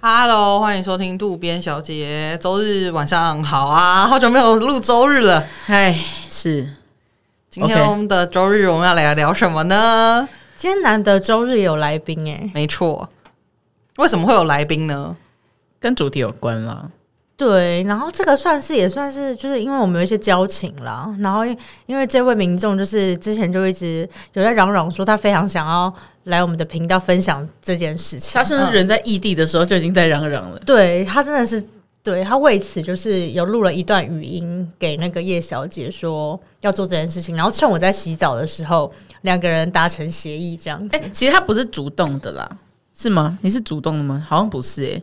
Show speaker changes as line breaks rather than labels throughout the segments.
Hello，欢迎收听渡边小姐。周日晚上好啊，好久没有录周日了。
哎，是
今天
OK
我们的周日，我们要来聊什么呢？
今天难得周日有来宾哎，
没错，为什么会有来宾 呢？
跟主题有关啦。
对，然后这个算是也算是，就是因为我们有一些交情啦，然后因因为这位民众就是之前就一直有在嚷嚷说他非常想要来我们的频道分享这件事情
他，甚至人在异地的时候就已经在嚷嚷了。
对他真的是。对他为此就是有录了一段语音给那个叶小姐说要做这件事情，然后趁我在洗澡的时候，两个人达成协议这样子。
哎、其实他不是主动的啦，是吗？你是主动的吗？好像不是、哎，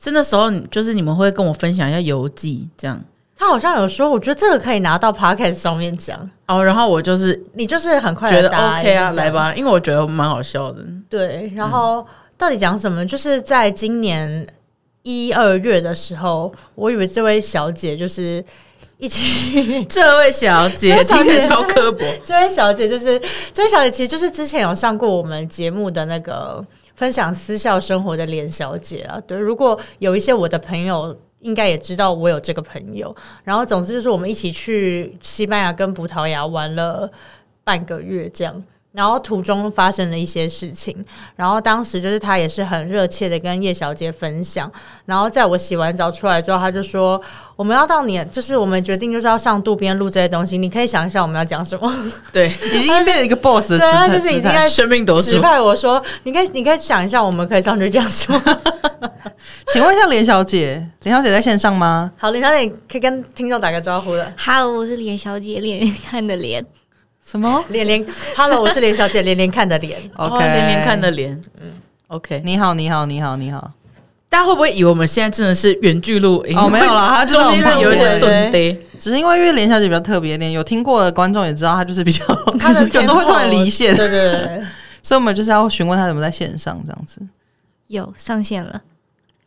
是那时候你就是你们会跟我分享一下游记这样
他好像有说，我觉得这个可以拿到 podcast 上面讲，
哦，然后我就是
你就是很快地
觉得
答应
OK 啊，
这样
来。吧，因为我觉得蛮好笑的。
对，然后到底讲什么？就是在今年一二月的时候，我以为这位小姐就是一起，
这位小姐
这位小
听
姐
起来超刻薄，
这位小姐就是这位小姐，其实就是之前有上过我们节目的那个分享私校生活的连小姐啊。对，如果有一些我的朋友。应该也知道我有这个朋友，然后总之就是我们一起去西班牙跟葡萄牙玩了半个月这样。然后途中发生了一些事情，然后当时就是他也是很热切的跟叶小姐分享，然后在我洗完澡出来之后，他就说我们要到你，就是我们决定就是要上渡边录这些东西，你可以想一下我们要讲什么。
对，
已经变成一个 boss 的
对啊，就
姿
是已
姿
经
态，
在
生命夺
指
主。
派我说，你可以你可以想一下我们可以上去讲 什么。
请问一下连小姐，连小姐在线上吗？
好，林小姐可以跟听众打个招呼了。
Hello，我是连小姐，连看的连。
什么
连连，Hello，我是连小姐，连连看的连。
？OK，
哦连连看的脸，嗯，OK。
你好，你好，你好，你好。
大家会不会以为我们现在真的是远距录音？
哦没有 啦他就是
中间有一些
很棒
顿呆。
只是因为因为连小姐比较特别一点，有听过的观众也知道，她就是比较
她的
有时候会突然离线
tempo，，对对对，
所以我们就是要询问她有没有在线上这样子。
有上线了，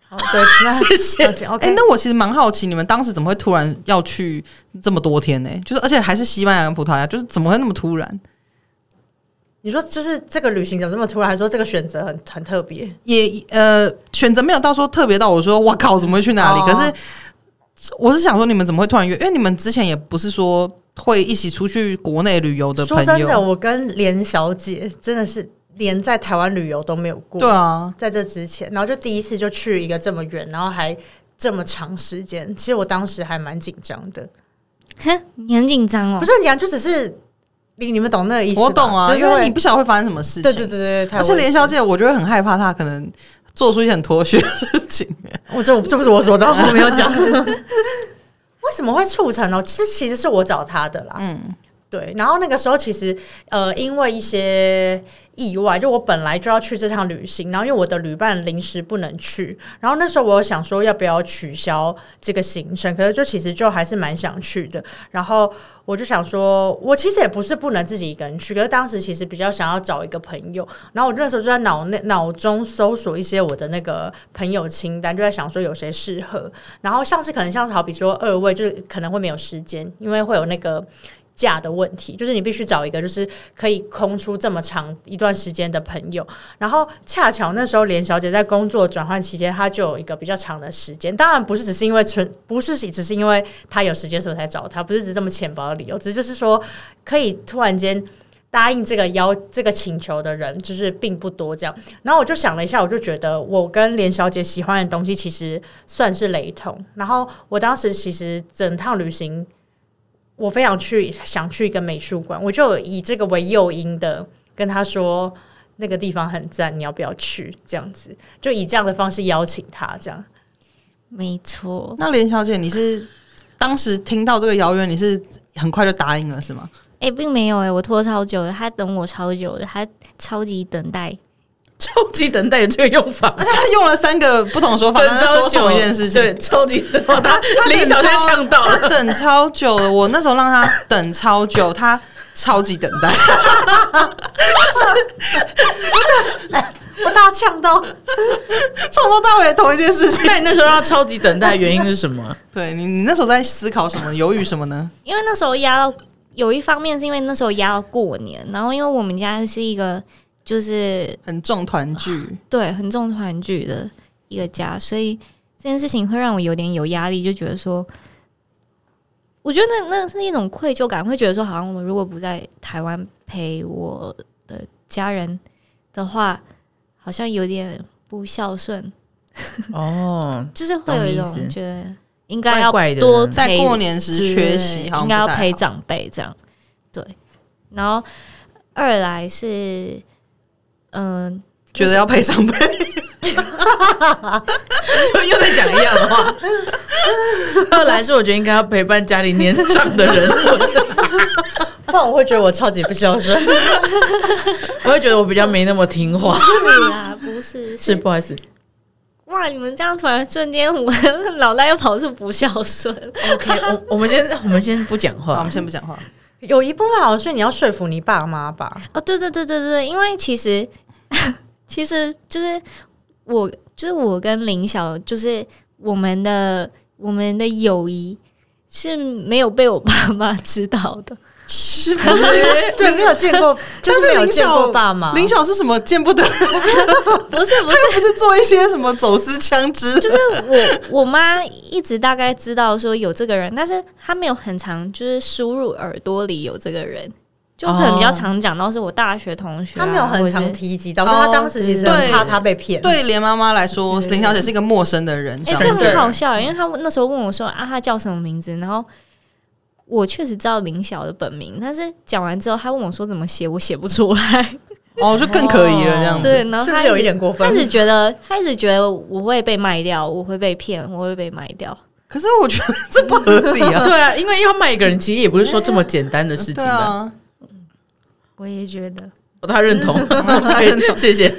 好对， 那
谢谢。
谢
哎、
OK。
那我其实蛮好奇，你们当时怎么会突然要去这么多天呢、就是而且还是西班牙跟葡萄牙，就是怎么会那么突然？
你说就是这个旅行怎么这么突然？还说这个选择很很特别，
也呃，选择没有到说特别到我说哇靠，怎么会去哪里？
哦
可是我是想说，你们怎么会突然约？因为你们之前也不是说会一起出去国内旅游的
说
朋
真的，
友，
我跟连小姐真的是连在台湾旅游都没有过。
对啊，
在这之前，然后就第一次就去一个这么远，然后还这么长时间，其实我当时还蛮紧张的，
哼，你很紧张哦
不。是很紧张，就只是你你们懂那个意思吧？
我懂啊，
就是
因为
会
你不晓得会发生什么事情。
对对对对，太
而且
危
连
险
小，姐，我就会很害怕她可能做出一些很脱序的事情。
我这这不是我说的，我没有讲。 为什么会促成呢？其实其实是我找他的啦，嗯，对。然后那个时候其实呃，因为一些意外，就我本来就要去这趟旅行，然后因为我的旅伴临时不能去，然后那时候我有想说要不要取消这个行程，可是就其实就还是蛮想去的。然后我就想说，我其实也不是不能自己一个人去，可是当时其实比较想要找一个朋友。然后我那时候就在脑内脑中搜索一些我的那个朋友清单，就在想说有谁适合。然后像是可能像是好比说二位，就是可能会没有时间，因为会有那个。假的问题，就是你必须找一个就是可以空出这么长一段时间的朋友。然后恰巧那时候连小姐在工作转换期间，她就有一个比较长的时间。当然不是只是因为纯，不是只是因为她有时间所以才找她，不是只是这么浅薄的理由，只是就是说可以突然间。答应这个邀这个请求的人就是并不多，这样。然后我就想了一下，我就觉得我跟连小姐喜欢的东西其实算是雷同。然后我当时其实整趟旅行，我非常去想去一个美术馆，我就以这个为诱因的跟她说那个地方很赞，你要不要去？这样子就以这样的方式邀请她，这样。
没错，
那连小姐，你是当时听到这个邀约，你是很快就答应了是吗？
哎、并没有哎、我拖超久了，他等我超久了，他超级等待。
超级等待有这个用法吗，
而且她用了三个不同的说法，
等
她
超
说
久
同一件事情。
对，，超级等待，他
她
林小姐呛到了，
她等超久了。我那时候让她 等超久，她超级等 待。
我大呛 到，
从头到尾同一件事情。
那你那时候让他超级等待的原因是什么？
对你，你那时候在思考什么？犹豫什么呢？
因为那时候压到，有一方面是因为那时候压到过年，然后因为我们家是一个就是
很重团聚，
对很重团聚的一个家，所以这件事情会让我有点有压力，就觉得说，我觉得那那是一种愧疚感，会觉得说，好像我如果不在台湾陪我的家人的话，好像有点不孝顺，
哦，
就是会
懂
有一
你意
种
思
觉得应该要
怪怪的
多
在
陪
过年时缺
对
席，好像
应该要
不太
陪
好
长辈这样。对，然后二来是，嗯、
觉得要陪长辈，
就又在讲一样的话。二来是我觉得应该要陪伴家里年长的人，我就
不然我会觉得我超级不孝顺。
我会觉得我比较没那么听话。
不是啦，不 是，
是
是
不好意思
哇！你们这样突然瞬间，我老赖又跑出不孝顺，
，OK，我我们先我们先不讲
好，我
话
们，先不讲 话。
有一部分好像是你要说服你爸 妈吧，
哦，对对对对对，因为其实 其实就是我，就是我跟林晓，就是我们的我们的友谊是没有被我爸妈知道的。
是不是？
对，没有见 过，就是没有
林
见
晓
过爸妈。
林晓是什么见不得人？
不是不
他
是，
又不是做一些什么走私枪支，
就是我我妈一直大概知道说有这个人，但是她没有很常就是输入耳朵里有这个人。就可能比较常讲到是我大学同学
他
啊、
哦没有很
或
常
者是
提及到，但他当时其实很
对
怕他被骗。
对连妈妈来说，林小姐是一个陌生的人，
哎、
样
这
子
很好笑，因为他那时候问我说啊，他叫什么名字，然后我确实知道林晓的本名，但是讲完之后，他问我说怎么写，我写不出来。
哦，就更可疑了这 样子。
对，然后
是不
他
是有一
直
点过
他
分
一？直觉得，他一直觉得我会被卖掉，我会被骗，我会被卖掉。
可是我觉得这不合理啊。
对啊，因为要卖一个人，其实也不是说这么简单的事情
对
啊。
啊，
我也觉得，
哦他认同， 他认同，谢谢。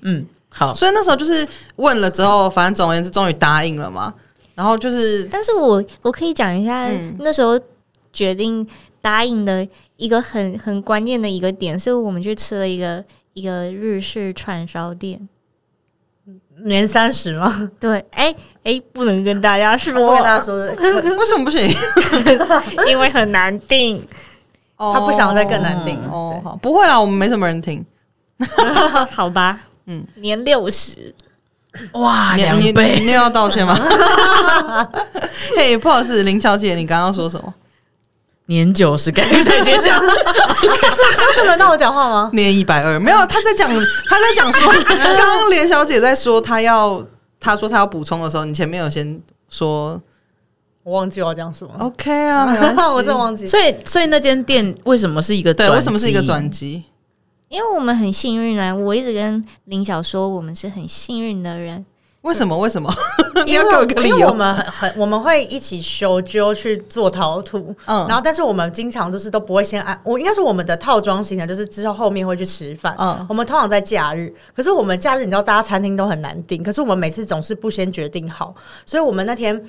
嗯，好，
所以那时候就是问了之后，反正总而言之，终于答应了嘛。然后就是
但是我我可以讲一下、
嗯
那时候决定答应的一个很很关键的一个点，是我们去吃了一个一个日式串烧店。
年三十吗？
对，哎、哎、不能跟大家说，
我跟大家说，
为什么不行？
因为很难 定。
他
他不想再更难定了。
哦，
对
好，不会啦，我们没什么人听。
好吧，
嗯
嗯，年六十，
哇，
你
啊两
你
倍
你又要道歉吗？嘿，不好意思，林小姐，你刚刚说什么？
年九十，感 觉太接近。
是是轮到我讲话吗？
年一百二，没有，他在讲，他在讲说，刚刚连小姐在说她要，她说她要补充的时候，你前面有先说
我忘记我要讲什么，
OK 啊，没关系
我真忘记。
所以，所以那间店为什么是一个
对，
转
为什么是一个
机
转机？
因为我们很幸运啊！我一直跟林晓说，我们是很幸运的人。
为什么？为什 么？你
因
要
为
给我一个理
因为我
由。
们很很我们会一起修究去做陶土，
嗯
然后但是我们经常就是都不会先按，我应该是我们的套装行程就是之后后面会去吃饭，
嗯
我们通常在假日，可是我们假日你知道大家餐厅都很难订，可是我们每次总是不先决定好，所以我们那天。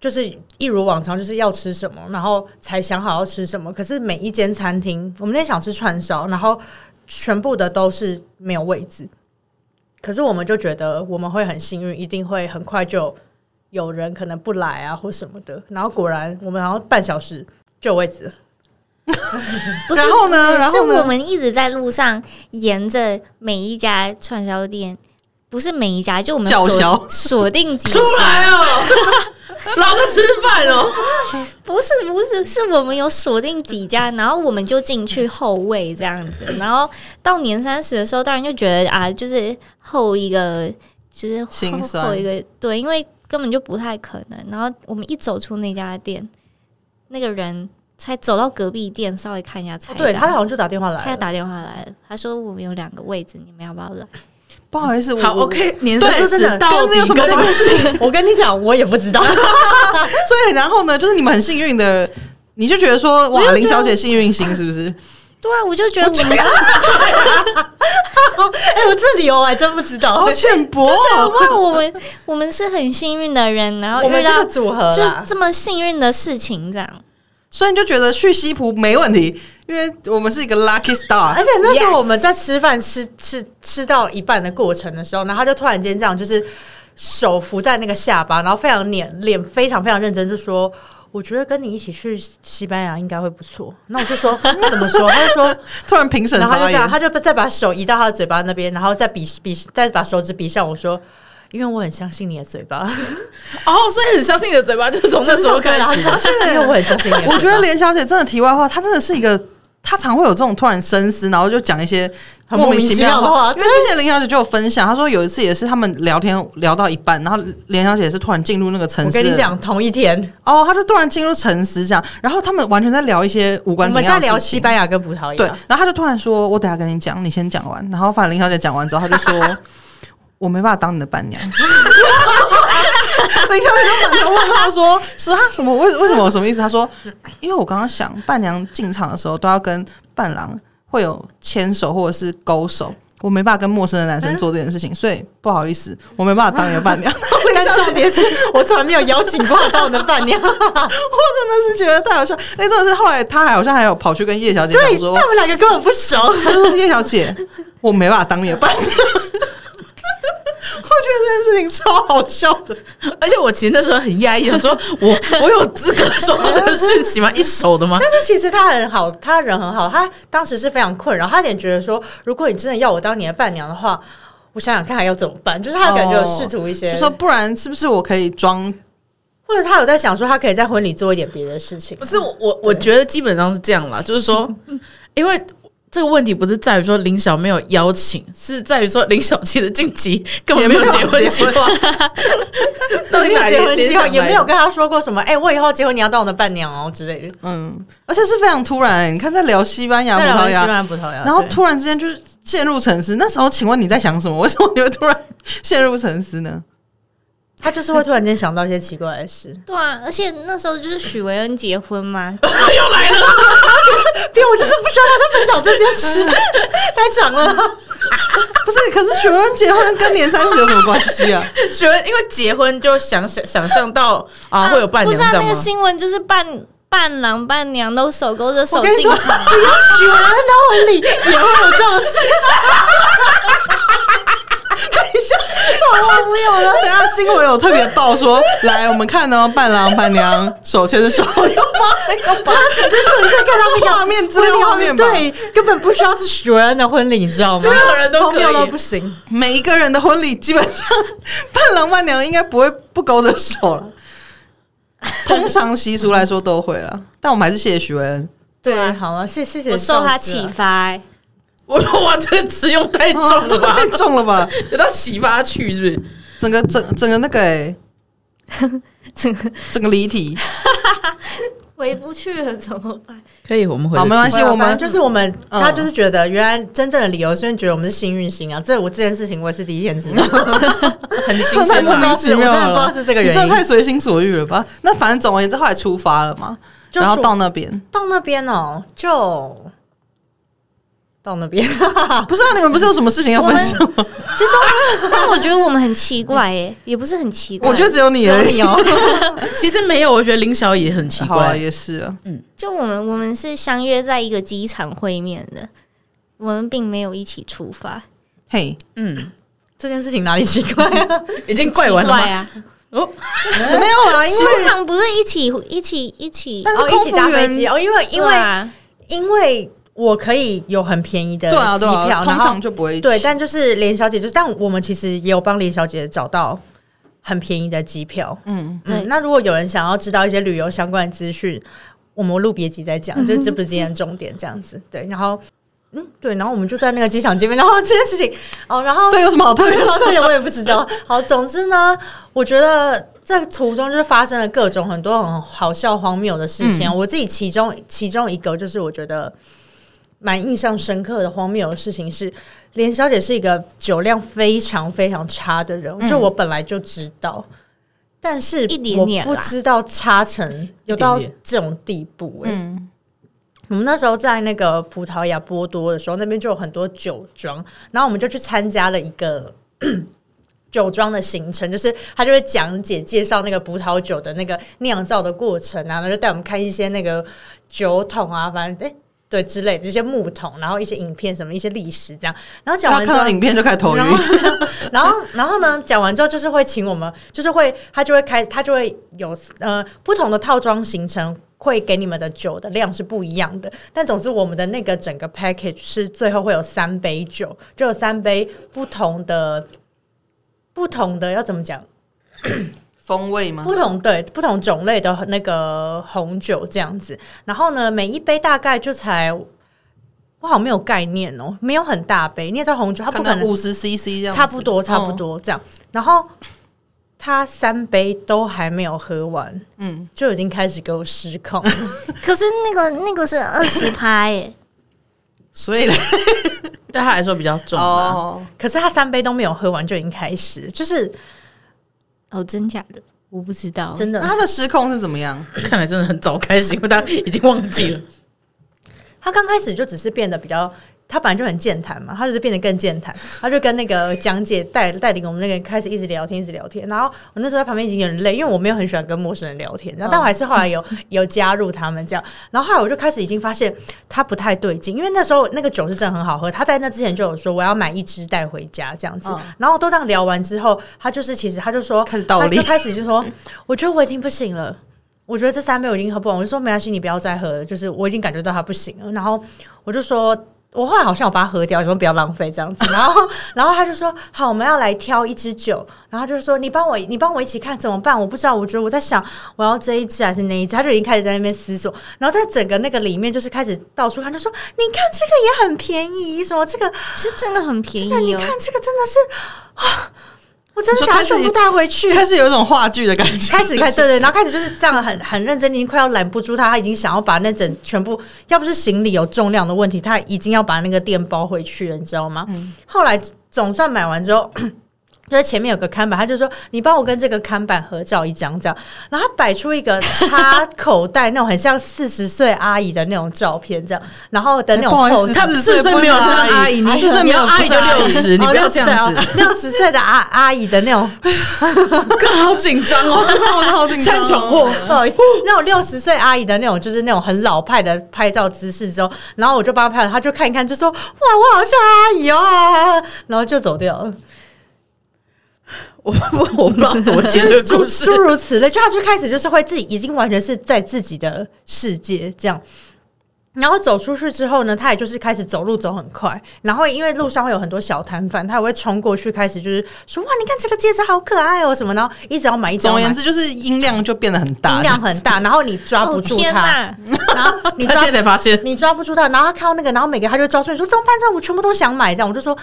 就是一如往常，就是要吃什么，然后才想好要吃什么。可是每一间餐厅，我们那天想吃串烧，然后全部的都是没有位置。可是我们就觉得我们会很幸运，一定会很快就有人可能不来啊或什么的。然后果然，我们然后半小时就有位置了。
不是，
然后呢
不是
然后呢
是我们一直在路上沿着每一家串烧店，不是每一家，就我们
叫嚣
锁 锁定几
出
家，
来 哦，老子吃饭哦。
不是不是，是我们有锁定 几家，然后我们就进去后位这样子，然后到年三十的时候，当然就觉得啊，就是后一个，就是后
心酸
后一个，对，因为根本就不太可能。然后我们一走出那家店，那个人才走到隔壁店，稍微看一下菜
哦
单，
对他好像就打电话
他
来
要
了，
打电话来了，他说我们有两个位置，你们要不要来？
不好意思，我
好
我
，OK，年
对
三
说真
十
的
到
跟
底
这有什么
跟
关
我跟你讲，我也不 知道，哎
所以然后呢，就是你们很幸运的，你就觉得说
我就
哇，
觉得
林小姐幸运星是不是？
对啊，我就觉得我们是
哎、我这理由我还真不知道
好。浅薄哦，
哇，我们我们是很幸运的人，然后
我们
遇
这
到
个组合啦
就，这么幸运的事情，这样
所以你就觉得去西湖没问题，因为我们是一个 lucky
而
star。
且那时候
Yes
我们在吃饭吃吃吃到一半的过程的时候，然后他就突然间这样，就是手扶在那个下巴，然后非常脸脸非常非常认真，就说。我觉得跟你一起去西班牙应该会不错。那我就说嗯怎么说？他就 说
突然评审
然后他
发
就这样，
言，
他就再把手移到他的嘴巴那边，然后再比比，再把手指比向我说：“因为我很相信你的嘴巴，
哦，所以很相信你的嘴巴，就是从那时候开始。
啊
相信，因为我很相信你的啊嘴巴。
我觉得连小姐真的题外话，她真的是一个，她常会有这种突然深思，然后就讲一些
很莫名
其
其妙的话
因为之前林小姐就有分享，她说有一次也是他们聊天聊到一半，然后连小姐也是突然进入那个沉
我
思。
跟你，讲，同一天
哦，她就突然进入沉思这样，然后他们完全在聊一些无
我
关紧
们
要
在
的事
聊
情
西班牙跟葡萄牙，
对，然后她就突然说：“我等下跟你讲，你先讲完。”然后反正林小姐讲完之后，她就说。 我没办法当你的伴娘， 林小姐就满头问号说：“是啊，什么？为为什么？什么意思？”她说：“因为我刚刚想，伴娘进场的时候都要跟伴郎会有牵手或者是勾手，我没办法跟陌生的男生做这件事情，所以不好意思，我没办法当你的伴娘。”
但重点是我从来没有邀请过当我的伴 娘。
我真的是觉得太好笑。那真的是后来她好像还有跑去跟叶小姐讲
对，
说：“
他们两个根本不熟。
他就说：“叶小姐，我没办法当你的伴 娘。”我觉得这件事情 超好笑的，
而且我其实那时候很压抑，想说我我有资格说这个事情吗？一手的吗？
但是其实他很好，他人很好，他当时是非常困扰，他有点觉得说，如果你真的要我当你的伴娘的话，我想想看还要怎么办，就是他感觉有试图一些，
哦就说不然是不是我可以装？
或者他有在想说，他可以在婚礼做一点别的事情
不。是我我我觉得基本上是这样啦，就是说，因为这个问题不是在于说林晓没有邀请，是在于说林晓其实近期根本没有结婚计划，到底
没有
哪里
结婚计划，也没有。
联想来的
跟他说过什么。哎、我以后结婚你要当我的伴娘哦之类的。
嗯，而且是非常突然。你看，在聊西班牙、葡萄
对西
牙，
班牙葡萄牙，
然后
对
突然之间就是陷入沉思。那时候，请问你在想什么？为什么你会突然 陷入沉思呢？
他就是会突然间想到一些奇怪 的事，
对啊，而且那时候就是许维恩结婚嘛，
对，我就是不需要他分享这件事， 太长了。
不是，可是许文结婚跟年三十有什么关系啊？
觉得因为结婚就想想想象到啊会有伴
不
娘
是啊，
这样
那个
吗？
新闻就是伴伴郎伴娘都手勾着手
我跟你
进
说，只
场，
要许文当婚礼也会有这种 事，
我没有了。等一下新闻有特别报说，来我们看哦，伴郎伴娘手牵着手，有吗？有吧？
只是纯粹看 他们
这是画面资料画面吧啊
对，根本不需要是许文的婚礼，你知道吗？
对任何人都可以
荒谬到不行。
每一个人的婚礼基本上伴郎伴娘应该不会不勾着手了。通常习俗来说都会了，但我们还是谢谢徐 恩。
对，好了，谢谢谢，
我受他启。发、欸，
我说哇，这个词用太重了 吧
太，重了吧！
有到启发去是不是？
整个整整个那个 哎、
这个
整个离题。
回不去了怎么办？
可以，我们回
好
得
没关
去
系
而且我
反正
们就
就是
我们，
嗯
他就是觉得原来真正的理由是因为觉得我们是幸运星啊。这我这件事情我也是第一天知 道，
很
这
新
太
鲜
莫
吧
名？其妙
我真的不知
了，
道是这个原因
你真的太随心所欲了吧？那反正总而言之，后来出发了嘛，
就
然后
出
到那边，
到那边哦，就到那边，
不是啊？你们不是有什么事情要分享吗？
就中间，但我觉得我们很奇怪耶、也不是很奇怪。
我觉得只有你
只有
而已。
你哦。
其实没有，我觉得林晓也很奇
好啊，
怪。
也是啊。
就我们我们是相约在一个机场会面的，我们并没有一起出发，
嘿，
嗯，
这件事情哪里奇怪、啊？
已经怪完了
奇怪
吗？
啊！
没有啦，因
机
为
场不是一起一起一起，
但是
哦
空
一起
服
搭
员
飞机哦，因为因为、
对啊
因为我可以有很便宜的
对啊
机
对
票，
啊，通
然后
常就不会一起
对，但就是连小姐就是，但我们其实也有帮连小姐找到很便宜的机票。
嗯，
对
嗯，那如果有人想要知道一些旅游相关的资讯，我们录别集再讲，就这不是今天的重点，这样子。对，然后嗯，对，然后我们就在那个机场见面，然后这件事情哦，然后
对有什么好特别
对
的？
说这个我也不知道。好，总之呢，我觉得在途中就是发生了各种很多很好笑、荒谬的事
嗯
情啊。我自己其中其中一个就是我觉得蛮印象深刻的荒谬的事情是，连小姐是一个酒量非常非常差的人，就我本来就知道。但是
嗯一点
我
点
不
啦
知道差成有到这种地步、欸，
嗯，
我们那时候在那个葡萄牙波多的时候，那边就有很多酒庄，然后我们就去参加了一个 酒庄的行程，就是他就会讲解介绍那个葡萄酒的那个酿造的过程啊，然后就带我们看一些那个酒桶啊，反正哎、对之类的一些木桶，然后一些影片什么一些历史这样，然后讲
他
完
看
之后
到。影片就开始头晕
然。后， 然后，然后呢？讲完之后，就是会请我们，就是会他就会开，他就会有呃不同的套装行程，会给你们的酒的量是不一样的。但总之，我们的那个整个 package 是最后会有三杯酒，就有三杯不同的不同的要怎么讲？
风味吗？
不同对不同种类的那个红酒这样子，然后呢，每一杯大概就才我好像没有概念哦，没有很大杯。你也知道红酒它不可能
五十 CC 这样子，嗯哦
差不多差不多这样，然后他三杯都还没有喝完，
嗯，
就已经开始给我失控 了。
可是那个那个是二 十趴耶，
所以嘞
对他来说比较重
嗯
啊。
哦，
可是他三杯都没有喝完就已经开始，就是
哦，真假的我不知道，
真的
哦那他的失控是怎么样？
看来真的很早开始，因为他已经忘记了。
他刚开始就只是变得比较，他本来就很健谈嘛，他就是变得更健谈，他就跟那个讲解带带领我们那个人开始一直聊天，一直聊天。然后我那时候在旁边已经有点累，因为我没有很喜欢跟陌生人聊天，然后但我还是后来有、 有加入他们这样。然后后来我就开始已经发现他不太对劲，因为那时候那个酒是真的很好喝，他在那之前就有说我要买一支带回家这样子。
嗯
然后都这样聊完之后，他就是其实他就说
开始倒立
他就开始就说我觉得我已经不行了。我觉得这三杯我已经喝不完，我就说没关系，你不要再喝了。就是我已经感觉到他不行了，然后我就说，我后来好像有把它喝掉，你们不要浪费这样子。然后， 然后他就说，好，我们要来挑一支酒，然后他就说，你帮我，你帮我一起看怎么办？我不知道，我觉得我在想，我要这一支还是那一支？他就已经开始在那边思索，然后在整个那个里面就是开始到处看，就说，你看这个也很便宜，什么这个
是真的很便
真的，你
宜哦
看。这个真的是啊，我真的
你说
想要
开始
全部带 回去。
开始有一种话剧的感觉，
开始开 对对，然后开始就是这样很很认真，已经快要拦不住他，他已经想要把那整全部，要不是行李有重量的问题，他已经要把那个店包回去了，你知道吗？
嗯
后来总算买完之后。 就在前面有个看板，他就说：“你帮我跟这个看板合照一张，这样。”然后他摆出一个插口袋那种很像四十岁阿姨的那种照片，这样。然后的那种
不好意思
pose，
他
四十
四
岁
岁
不
没有
是
是
阿
阿
姨
姨，你
啊
四岁没有阿姨就六十，你不要这样子，
哦六十岁的阿阿姨的那种
更好紧张哦，真的 我好紧张，
看穷货，
哦不好意思，那种六十岁阿姨的那种，就是那种很老派的拍照姿势之后，然后我就帮她拍了，她就看一看，就说：“哇，我好像阿姨哦。”然后就走掉了，
我 我不知道怎么解这个
诸
故事
诸。 如此类，就她就开始就是会自己已经完全是在自己的世界这样。然后走出去之后呢，她也就是开始走路走很快，然后因为路上会有很多小摊贩，她也会冲过去，开始就是说哇，你看这个戒指好可爱哦什么，然后一直要买，一直
总
要
而
买
言，之，就是音量就变得很大，
音量很大，然后你抓不
哦
住
天
它，
哪！
然后你
他
抓
现在才发现，
你抓不住他，然后他看到那个，然后每个他就抓住你说怎么办？这样我全部都想买，这样我就说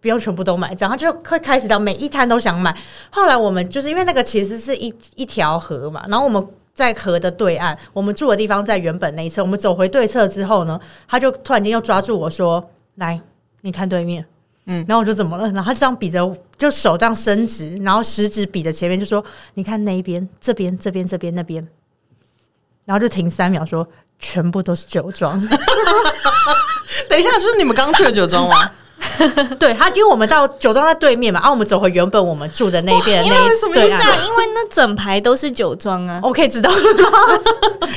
不用全部都买，这样他就会开始到每一摊都想买。后来我们就是因为那个其实是一一条河嘛，然后我们。在河的对岸，我们住的地方在原本那一侧。我们走回对侧之后呢，他就突然间又抓住我说：“来，你看对面。”嗯
嗯，
然后我就怎么了？然后他就这样比着我，就手这样伸直，然后食指比着前面，就说：“你看那一边，这边，这边，这边，那边。”然后就停三秒，说：“全部都是酒庄。”
等一下，就是你们刚去的酒庄 吗？
对他，因为我们到酒庄在对面嘛，啊，我们走回原本我们住的那一边的
哇
那
你们什
一
么
对
意
是
思
岸。
啊，因为那整排都是酒庄啊。
我可以知道，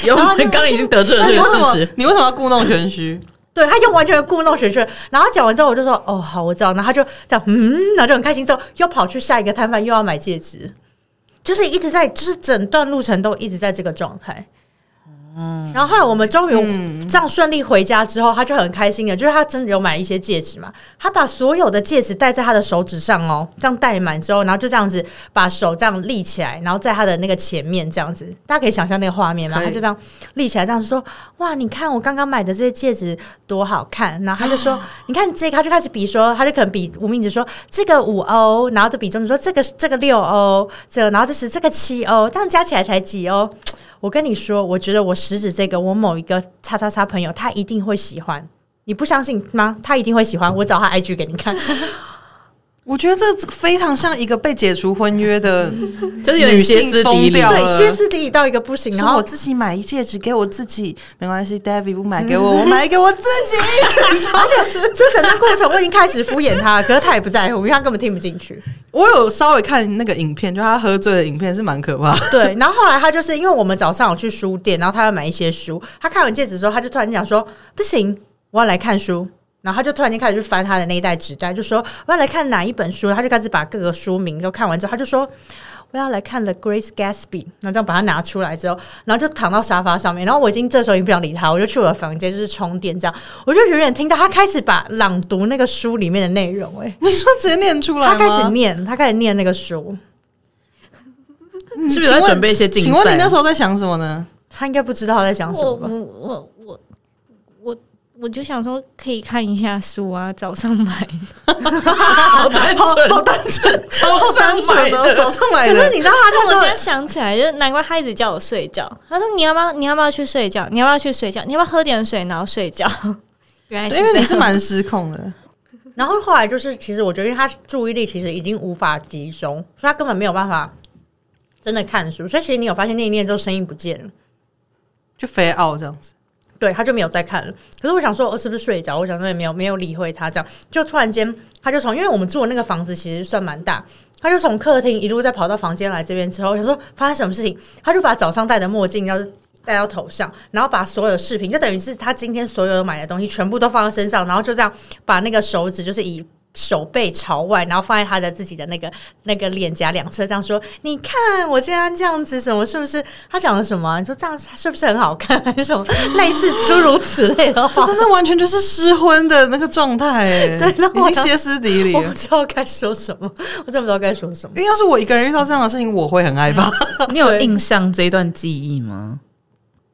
有我们刚已经哎得知了
那
这
你
个
为什
事
么
实，
你为什么要故弄玄虚？
对他就完全故弄玄虚。然后他讲完之后，我就说：“哦，好，我知道。”然后他就这样，嗯，然后就很开心，之后又跑去下一个摊贩，又要买戒指，就是一直在，就是整段路程都一直在这个状态。
嗯
然后后来我们终于这样顺利回家之后，他就很开心的，就是他真的有买一些戒指嘛，他把所有的戒指戴在他的手指上哦，这样戴满之后，然后就这样子把手这样立起来，然后在他的那个前面这样子，大家可以想象那个画面吗？
可以
他就这样立起来，这样说：“哇，你看我刚刚买的这些戒指多好看。”然后他就说：“
啊
你看这个。”他就开始比说，他就可能比无名指说这个五欧，然后就比中指说这个这个六欧，这个然后这是这个七欧，这样加起来才几欧？我跟你说，我觉得我食指这个，我某一个叉叉叉朋友，他一定会喜欢。你不相信吗？他一定会喜欢。我找他 IG 给你看。
我觉得这非常像一个被解除婚约的，
就是有点歇
女性
斯底里
疯掉。
对，
了
歇斯底里到一个不行，然
说
后
我自己买一戒指给我自己，没关系，David 不买给我，我买给我自己。
而且这整个过程我已经开始敷衍他，可是他也不在乎，因为他根本听不进去。
我有稍微看那个影片，就他喝醉的影片是蛮可 怕的。
对，然后后来他就是因为我们早上有去书店，然后他要买一些书，他看完戒指之后，他就突然间讲说：“不行，我要来看书。”然后他就突然间开始去翻他的那一袋纸袋，就说：“我要来看哪一本书。”他就开始把各个书名都看完之后，他就说：“我要来看《The Great Gatsby》，然后这样把它拿出来之后，然后就躺到沙发上面，然后我已经这时候已经不想理他，我就去我的房间就是充电这样，我就远远听到他开始把朗读那个书里面的内容、欸，
你说直接念出来
他
吗？
开始念，他开始念那个书，
嗯
是不是
请
在
问
准备一些竞赛？
请问你那时候在想什么呢？
他应该不知道他在想什
我
么吧？
我我我我我就想说可以看一下书啊，早上 买。
好单
哦
纯，好单纯，超
上
想买
的，
的。
早上买
可是
的
你，知道他
但
那
我
时候
现在想起来，就是难怪他一直叫我睡觉。他说：“你要不要？你要不要去睡觉？你要不要去睡觉？你要不要喝点水，然后睡觉？” 原来
对因为
这
你是
样
蛮失控的。
然后后来就是，其实我觉得因为他注意力其实已经无法集中，所以他根本没有办法真的看书。所以其实你有发现念一念之后声音不见了，
就飞傲这样子，
对，他就没有再看了。可是我想说，我、哦是不是睡着？我想说也没有没有理会他，这样就突然间他就从，因为我们住的那个房子其实算蛮大。他就从客厅一路再跑到房间来这边之后，我想说发生什么事情，他就把早上戴的墨镜要是戴到头上，然后把所有的饰品，就等于是他今天所有买的东西全部都放在身上，然后就这样把那个手指就是以手背朝外，然后放在他的自己的那个那个脸颊两侧，这样说：“你看我现在这样子，什么是不是？”他讲了什么啊、你说这样是不是很好看？还是什么类似诸如此类的
这
话？
真的完全就是失婚的那个状态、欸，
对那我
已经歇斯底里
我
了
不。知道该说什么，我真的不知道该说什么。
因为要是我一个人遇到这样的事情，我会很害怕。
嗯
你有印象这一段记忆吗？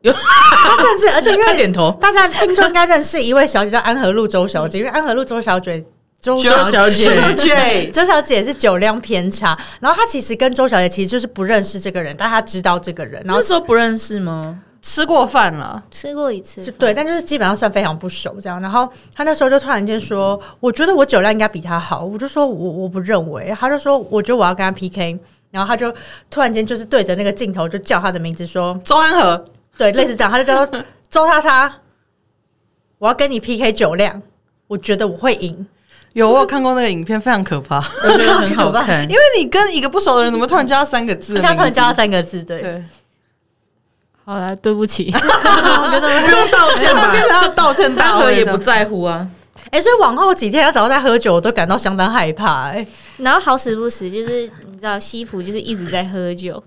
他甚至而且因
他
为
点头，
大家听众应该认识一位小姐叫安和路 周小姐，因为安和路周小姐，周
周小姐
周姐
周小姐是酒量偏差，然后她其实跟周小姐其实就是不认识这个人，但她知道这个人，然后
那时候不认识吗？
吃过饭了，
吃过一次
就，对，但就是基本上算非常不熟这样。然后她那时候就突然间说：“我觉得我酒量应该比她好。”我就说我我不认为。她就说：“我觉得我要跟她 PK。”然后她就突然间就是对着那个镜头就叫她的名字说
周安和，：“
对，类似这样。”她就叫她周她她，我要跟你 PK 酒量，我觉得我会赢。
有我有看过那个影片，非常可怕。
嗯
我觉得很好看
因。为你跟一个不熟的人，怎么突然叫他三个字？
他突然教他，三个字，对，
对，
好了，对不起。
我觉得我就
就道歉 吧
变成他的道歉大
大河
会
也不在乎啊，
哎、所以往后几天他只要在喝酒，我都感到相当害怕、哎，
然后好死不死，就是你知道西普就是一直在喝酒，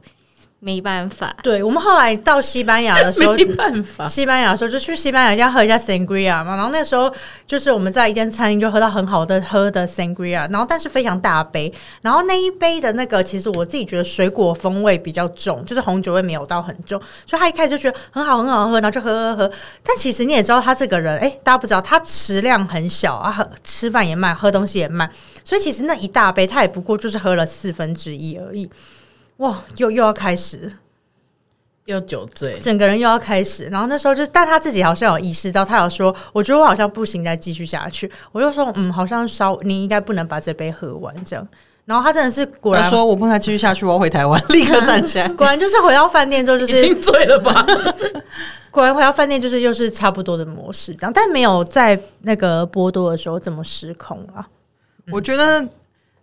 没办法。
对我们后来到西班牙的时候
没，办法。
西班牙的时候就去西班牙要喝一下 sangria 嘛，然后那时候就是我们在一间餐厅就喝到很好的喝的 sangria，然后但是非常大杯，然后那一杯的那个其实我自己觉得水果风味比较重，就是红酒味没有到很重，所以他一开始就觉得很好很好喝，然后就喝喝喝。但其实你也知道他这个人，哎、大家不知道他食量很小啊，喝吃饭也慢，喝东西也慢，所以其实那一大杯他也不过就是喝了四分之一而已。哇，又又要开始了。
又酒醉，
整个人又要开始。然后那时候就，但他自己好像有意识到，他有说：“我觉得我好像不行，再继续下去。”我就说：“嗯，好像稍，你应该不能把这杯喝完这样。”然后他真的是果
他
然，
说我不能再继续下去，我要回台湾， 立刻站 起来。
果然就是回到饭店之后，就
已
是
经醉了 吧？
果然回到饭店就是又是差不多的模式这样，但没有在那个波多的时候这么失控啊。
我觉得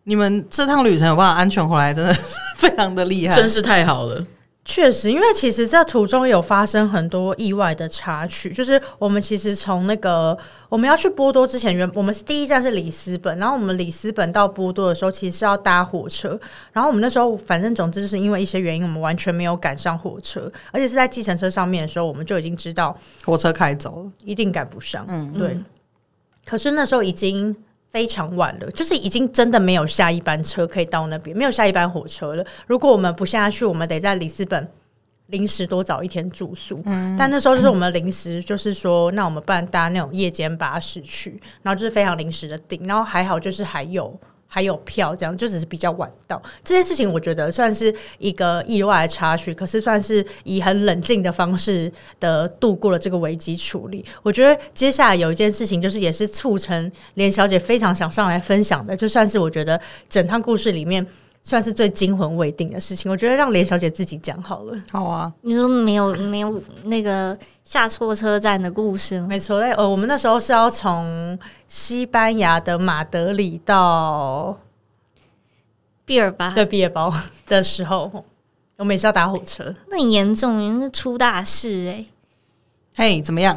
你们这趟旅程有办法安全回来，真的 是非常的厉害。
真是太好了。
确实，因为其实这途中有发生很多意外的插曲，就是我们其实从那个我们要去波多之前，原我们第一站是里斯本，然后我们里斯本到波多的时候，其实是要搭火车，然后我们那时候反正总之就是因为一些原因，我们完全没有赶上火车，而且是在计程车上面的时候，我们就已经知道
火车开走了，
一定赶不上，
嗯
对。可是那时候已经非常晚了，就是已经真的没有下一班车可以到那边，没有下一班火车了。如果我们不下去，我们得在里斯本临时多找一天住宿。
嗯
但那时候就是我们临时就是说，那我们不然搭那种夜间巴士去，然后就是非常临时的订，然后还好就是还有。还有票，这样就只是比较晚到这件事情，我觉得算是一个意外的插曲，可是算是以很冷静的方式的度过了这个危机处理。我觉得接下来有一件事情，就是也是促成连小姐非常想上来分享的，就算是我觉得整趟故事里面算是最惊魂未定的事情。我觉得让连小姐自己讲好了。
好啊，
你说没有没有那个下错车站的故事吗？
没错，但呃，我们那时候是要从西班牙的马德里到
毕尔巴
对毕业包的时候，我们也是要搭火车。
那很严重，那出大事哎、
嘿、怎么 样？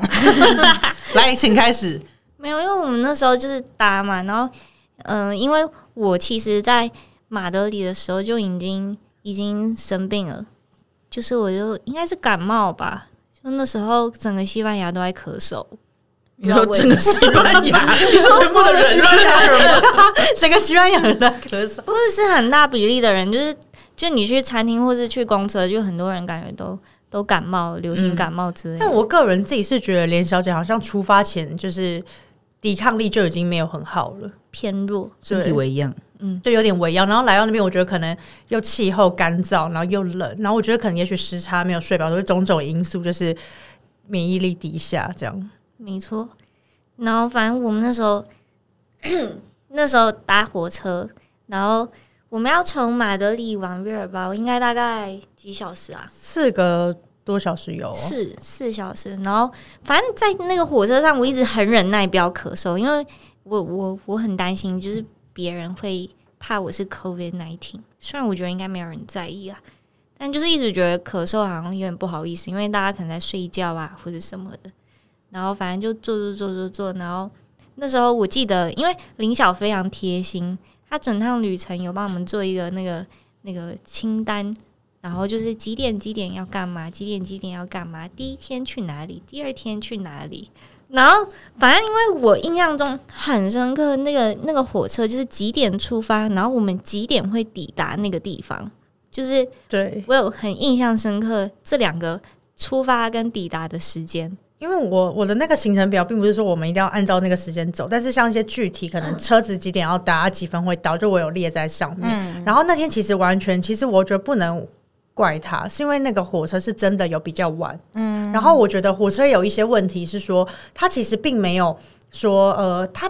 来，请开始。
没有，因为我们那时候就是搭嘛，然后嗯、呃因为我其实，在马德里的时候就已经已已经生病了，就是我就应该是感冒吧，就那时候整个西班牙都在咳嗽，
你说整个西班牙， 你 说全部的人
西班牙人，整个西班牙人在咳嗽。
不是是很大比例的人，就是就你去餐厅或是去公车，就很多人感觉都都感冒，流行感冒之类的。
嗯但我个人自己是觉得，连小姐好像出发前就是抵抗力就已经没有很好了，
偏弱，
身体为一样，
就有点微恙。然后来到那边，我觉得可能又气候干燥，然后又冷，然后我觉得可能也许时差没有睡饱，都是种种因素，就是免疫力低下这样。
没错。然后反正我们那时候 那时候搭火车，然后我们要从马德里往日耳巴，应该大概几小时啊？
四个多小时有、哦，
四四小时，然后反正在那个火车上，我一直很忍耐不要咳嗽，因为我我我很担心，就是别人会怕我是 COVID nineteen。虽然我觉得应该没有人在意啊，但就是一直觉得咳嗽好像有点不好意思，因为大家可能在睡觉啊或者什么的。然后反正就做做做做做，然后那时候我记得，因为林晓非常贴心，他整趟旅程有帮我们做一个那个那个清单，然后就是几点几点要干嘛，几点几点要干嘛，第一天去哪里，第二天去哪里。然后反正因为我印象中很深刻，那个那个火车就是几点出发，然后我们几点会抵达那个地方，就是
对，
我有很印象深刻这两个出发跟抵达的时间。
因为我我的那个行程表并不是说我们一定要按照那个时间走，但是像一些具体可能车子几点要搭，几分会到，就我有列在上面。然后那天其实完全，其实我觉得不能怪他，是因为那个火车是真的有比较晚。嗯，然后我觉得火车有一些问题是说，它其实并没有说呃，它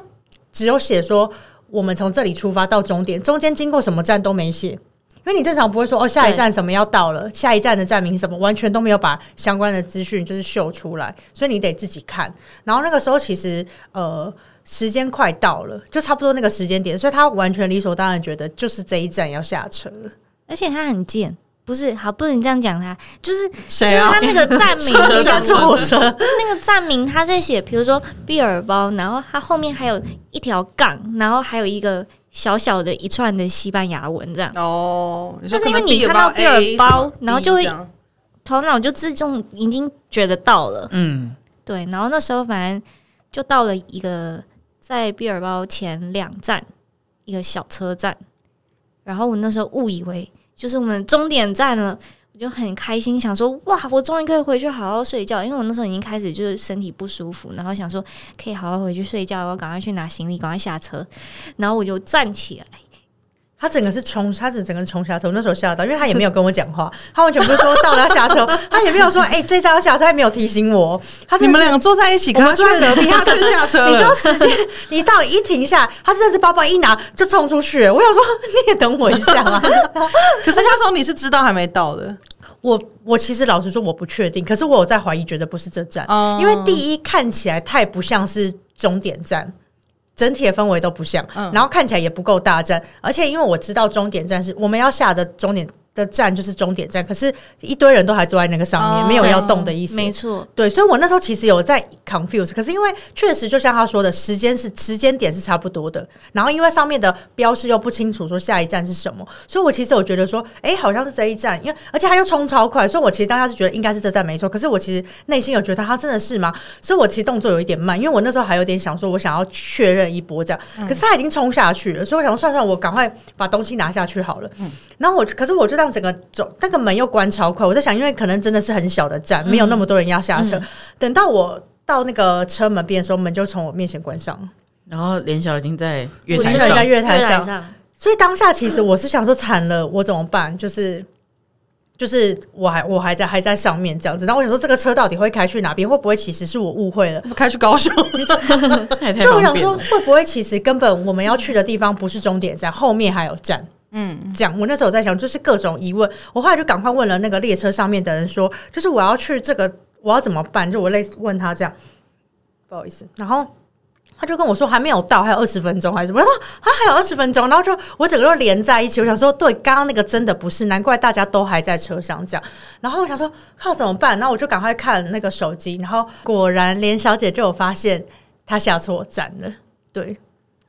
只有写说我们从这里出发到终点，中间经过什么站都没写。因为你正常不会说哦，下一站什么要到了，下一站的站名是什么，完全都没有把相关的资讯就是秀出来，所以你得自己看。然后那个时候其实呃时间快到了，就差不多那个时间点，所以他完全理所当然觉得就是这一站要下车了。
而且他很贱，不是好不能这样讲他，就是
谁啊
就是他那个站名，
车
就
站
是
火车，
那个站名他在写，比如说毕尔包，然后他后面还有一条杠，然后还有一个小小的一串的西班牙文，这样
哦，你说
就是
可能
因为你
B
看到
A 什么
B 包然后就会
B 这样
头脑就自动已经觉得到了。
嗯，
对，然后那时候反正就到了一个在毕尔包前两站一个小车站，然后我那时候误以为就是我们终点站了，我就很开心，想说哇，我终于可以回去好好睡觉，因为我那时候已经开始就是身体不舒服，然后想说可以好好回去睡觉，我要赶快去拿行李，赶快下车，然后我就站起来，
他整个是冲，他是整个是冲下车，我那时候吓到，因为他也没有跟我讲话，他完全不是说到了要下车，他也没有说哎、这站要下车，他也没有提醒我，他
你
真的
们
是
两个坐在一起，可他
我
却
们
隔 壁，他却下车
你知道
了。
时间，你到一停下，他真的是包包一拿就冲出去。我想说， 你也等我一下啊！
可是那时候你是知道还没到的，
我我其实老实说我不确定，可是我有在怀疑，觉得不是这站，
哦
呃因为第一看起来太不像是终点站。整体的氛围都不像，
嗯
然后看起来也不够大站，而且因为我知道终点站是我们要下的终点的站就是终点站，可是一堆人都还坐在那个上面，
哦
没有要
对
动的意思。
没错，
对，所以我那时候其实有在 confuse，可是因为确实就像他说的，时间是时间点是差不多的，然后因为上面的标示又不清楚说下一站是什么，所以我其实有觉得说，哎、好像是这一站，因为而且他又冲超快，所以我其实当下是觉得应该是这站没错，可是我其实内心有觉得他真的是吗？所以我其实动作有一点慢，因为我那时候还有点想说，我想要确认一波这样，可是他已经冲下去了，所以我想算算，我赶快把东西拿下去好了。然后我就可是我就这样整个走，那个门又关超快，我在想，因为可能真的是很小的站，没有那么多人要下车。等到我到那个车门边的时候，门就从我面前关上了，
然后连小已经在月
我
台
觉
就
得
人在
上，
月台
对
上
来。上
所以当下其实我是想说，惨了，我怎么办？就是。就是我还我还在还在上面这样子，然后我想说这个车到底会开去哪边？会不会其实是我误会了？
开去高雄，
那也太
就我
方
想
便
说
了。
会不会其实根本我们要去的地方不是终点站，后面还有站？
嗯，
讲，我那时候在想，就是各种疑问，我后来就赶快问了那个列车上面的人说，就是我要去这个，我要怎么办？就我类似问他这样，不好意思，然后。他就跟我说还没有到，还有二十分钟还是什么？我说啊还有二十分钟，然后就我整个都连在一起。我想说，对，刚刚那个真的不是，难怪大家都还在车上这样。然后我想说，靠怎么办？然后我就赶快看那个手机，然后果然连小姐就有发现她下错站了。对，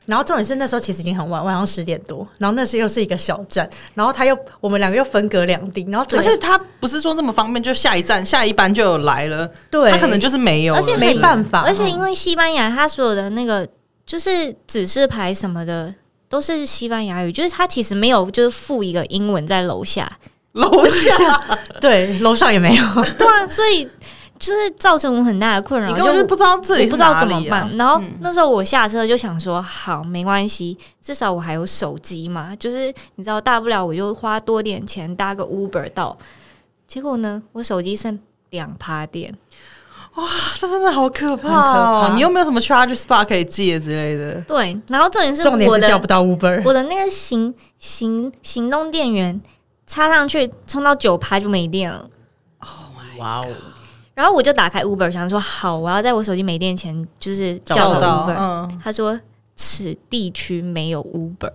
然后重点是那时候其实已经很晚，晚上十点多，然后那是又是一个小站，然后他又我们两个又分隔两地，然后整
而
个
且他不是说这么方便，就下一站下一班就有来了，
对
他可能就是没有了，
而且
没办法，
而
嗯
且因为西班牙，它所有的那个就是指示牌什么的都是西班牙语，就是它其实没有就是附一个英文在楼 下，
楼下
对楼上也没有，
对啊，所以就是造成我很大的困扰，
你根本就不知道这里
我
是
不知道
哪
怎么
里啊
办。然后那时候我下车就想说，好，没关系，至少我还有手机嘛，就是你知道，大不了我就花多点钱搭个 Uber 到。结果呢，我手机剩两趴电，
啊这真的好可怕
很
哦！
可怕
你有没有什么 charge spot 可以借之类的？
对，然后重点是
重点
我
是叫不
的
到 Uber，
我的那个行行行动电源插上去，充到九趴就没电了。
哇哦，
然后我就打开 Uber，想说好，我要在我手机没电前就是叫
找
找
不
到
Uber。
嗯，
他说此地区没有 Uber。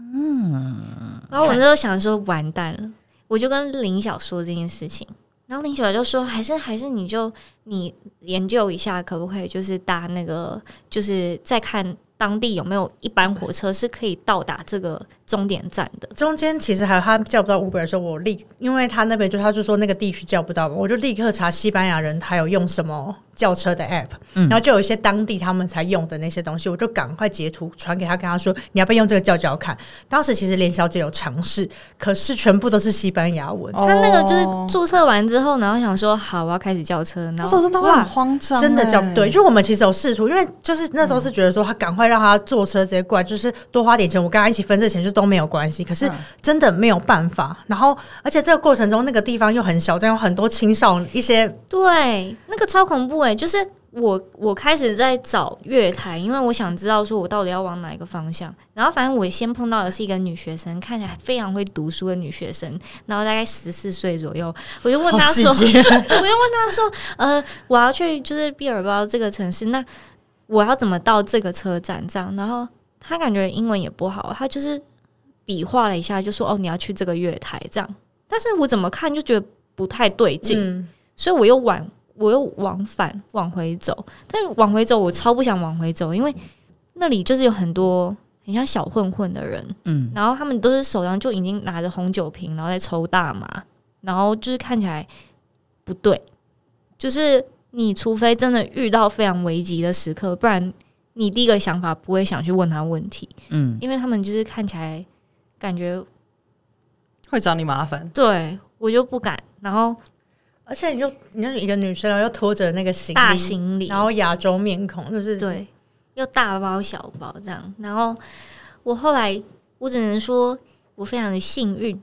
嗯，然后我那时候想说完蛋了，我就跟林晓说这件事情，然后林晓就说还是还是你就你研究一下可不可以，就是搭那个就是再看当地有没有一班火车是可以到达这个终点站的。
中间其实还有他叫不到 Uber 的时候，我立，因为他那边就他就说那个地区叫不到嘛，我就立刻查西班牙人还有用什么叫车的 app，、然后就有一些当地他们才用的那些东西，我就赶快截图传给他，跟他说你要不要用这个叫叫看。当时其实连小姐有尝试，可是全部都是西班牙文，
他那个就是
哦
注册完之后，然后想说好，我要开始叫车，然
那时候
后
真的会很慌张欸，
真的叫不
哎
对，就是我们其实有试图，因为就是那时候是觉得说他赶快让他坐车直接过来，就是多花点钱，我跟他一起分这钱就都没有关系。可是
嗯
真的没有办法，然后而且这个过程中那个地方又很小，这样有很多青少一些
对，那个超恐怖哎、就是我我开始在找月台，因为我想知道说我到底要往哪一个方向。然后反正我先碰到的是一个女学生，看起来非常会读书的女学生，然后大概十四岁左右，我就问她说，我就问她说，呃，我要去就是毕尔包这个城市，那我要怎么到这个车站？这样，然后她感觉英文也不好，她就是比划了一下，就说哦，你要去这个月台这样。但是我怎么看就觉得不太对劲，
嗯，
所以我又往我又往返往回走，但是往回走我超不想往回走，
嗯
因为那里就是有很多很像小混混的人，
嗯，
然后他们都是手上就已经拿着红酒瓶，然后在抽大麻，然后就是看起来不对，就是你除非真的遇到非常危急的时刻，不然你第一个想法不会想去问他问题，
嗯，
因为他们就是看起来感觉
会找你麻烦。
对我就不敢，然后
而且你就你就一个女生，然后又拖着那个行
大
李，
行李，
然后亚洲面孔，就是
对，又大包小包这样。然后我后来，我只能说我非常的幸运，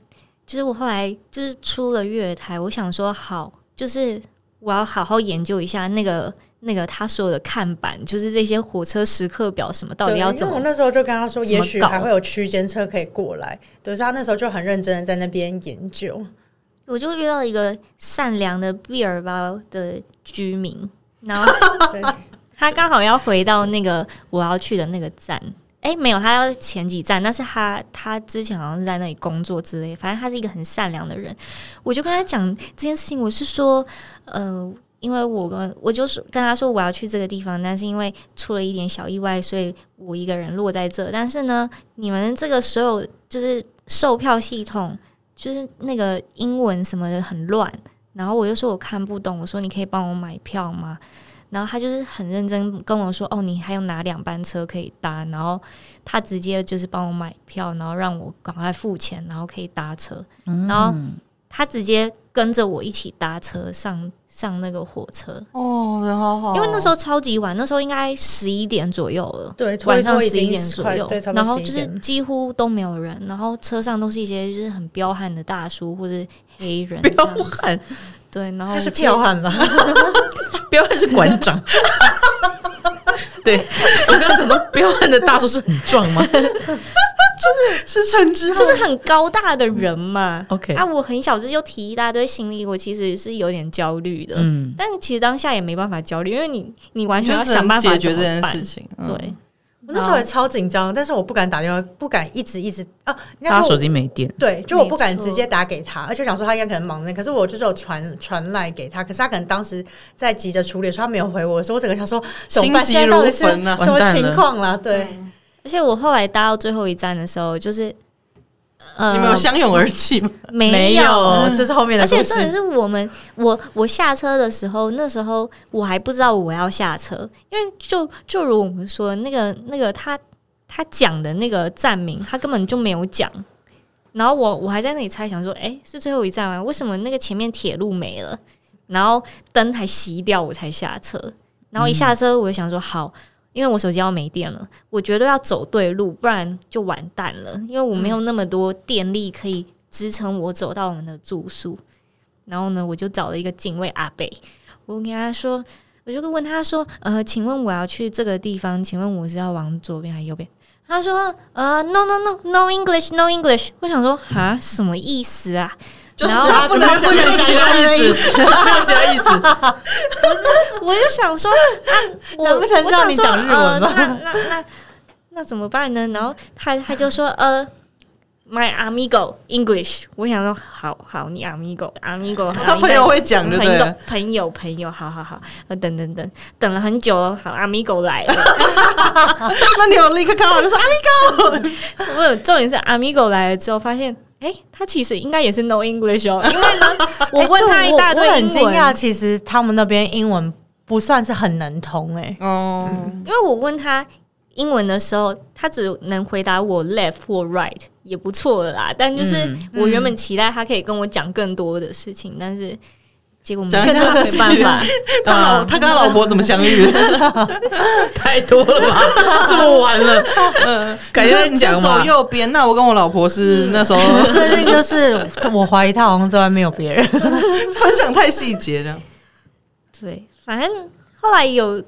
就是我后来就是出了月台，我想说好，就是我要好好研究一下那个那个他所有的看板，就是这些火车时刻表什么到
对，
底要
因为
怎
我
么。
那时候就跟他说，
怎么
也许还
搞
会有区间车可以过来，对，所以他那时候就很认真的在那边研 究，
我就遇到一个善良的毕尔包的居民，然后
对，
哦他刚好要回到那个我要去的那个站。哎、没有，他要前几站，但是他他之前好像是在那里工作之类，反正他是一个很善良的人。我就跟他讲这件事情，我是说，呃，因为我跟我就是跟他说我要去这个地方，但是因为出了一点小意外，所以我一个人落在这。但是呢，你们这个所有就是售票系统，就是那个英文什么的很乱，然后我就说我看不懂，我说你可以帮我买票吗？然后他就是很认真跟我说：“哦，你还有哪两班车可以搭？”然后他直接就是帮我买票，然后让我赶快付钱，然后可以搭车。
嗯
然后他直接跟着我一起搭车上上那个火车，
哦，人好好
因为那时
候
候超级晚，那时候应该十一点左右了。
对，拖一
晚上
拖已
十一
经
点
是
左
快
右
对，差，不多
然后
11
就是
点了
几乎都没有人，然后车上都是一些就是很彪悍的大叔或者黑人这
彪
样子，
悍，
对，然后
他是
其实
彪悍吧？
彪悍是馆长。对，我刚刚想到彪悍的大叔是很壮吗
是陈之
就是很高大的人嘛，
？OK，
啊，我很小只就提一大堆行李，我其实是有点焦虑的。
嗯，
但其实当下也没办法焦虑，因为你你完全
就
要
只
想
能
办法
解决这
怎么
件
办
事。情。嗯
对，
我那时候也超紧张，但是我不敢打电话，不敢一直一直啊，应该
他
说
手
我
机没电，
对，就我不敢
没错
直接打给他，而且我想说他应该可能忙着，可是我就是有传传赖给他，可是他可能当时在急着处理，所以他没有回我，所以我整个想说怎么办？
心急
现在到底是
如焚啊
什么
完蛋了
情况啦？对，
而且我后来搭到最后一站的时候，就是呃
你们有相拥而泣吗？
没
有，哦这是后面的
而且
故
重点
事。
是我们，我我下车的时候，那时候我还不知道我要下车，因为就就如我们说，那个那个他他讲的那个站名，他根本就没有讲。然后我我还在那里猜想说，哎、是最后一站吗？为什么那个前面铁路没了，然后灯还熄掉，我才下车。然后一下车，我就想说，好，因为我手机要没电了，我绝对要走对路，不然就完蛋了，因为我没有那么多电力可以支撑我走到我们的住宿。然后呢，我就找了一个警卫阿北，我跟他说，我就问他说，呃，请问我要去这个地方，请问我是要往左边还是右边？他说，呃，no no no no English no English。我想说，哈，什么意思啊？
就是
然后
他不能讲
不能
其
其
他
他
的
意思， 没有其他意思。
我就想说，啊、我
难不成
我
让你
想
讲
说
日文吗
呃、那那那那怎么办呢？然后他他就说，呃，my amigo English。我想说，好好，你 amigo amigo，
他朋友会讲就
朋
对
友
了。
朋友朋友，好好好，呃，等等等，等了很久了，好，amigo 来了。 嗯
那你有立刻看到就说哎 amigo，
我有重点是 Amigo 来了之后，发现哎、诶他其实应该也是 No English 哦，因为呢，我问他一大堆
哎对我我很
英
惊
文，
讶，其实他们那边英文不算是很能通哎、
哦，
因为我问他英文的时候，他只能回答我 left 或 right，也不错了啦。但就是
嗯
我原本期待他可以跟我讲更多的事情，但是结果没
讲一
办
下这
法，
个
没办法。
他老他跟他老婆怎么相 遇的？
太多了吧？这么晚了，感觉 在
你就
讲
走
嘛。
右边，那我跟我老婆 是那时候
最近就是我怀疑他好像在外面有别人，
分享太细节了。
对，反正后来有，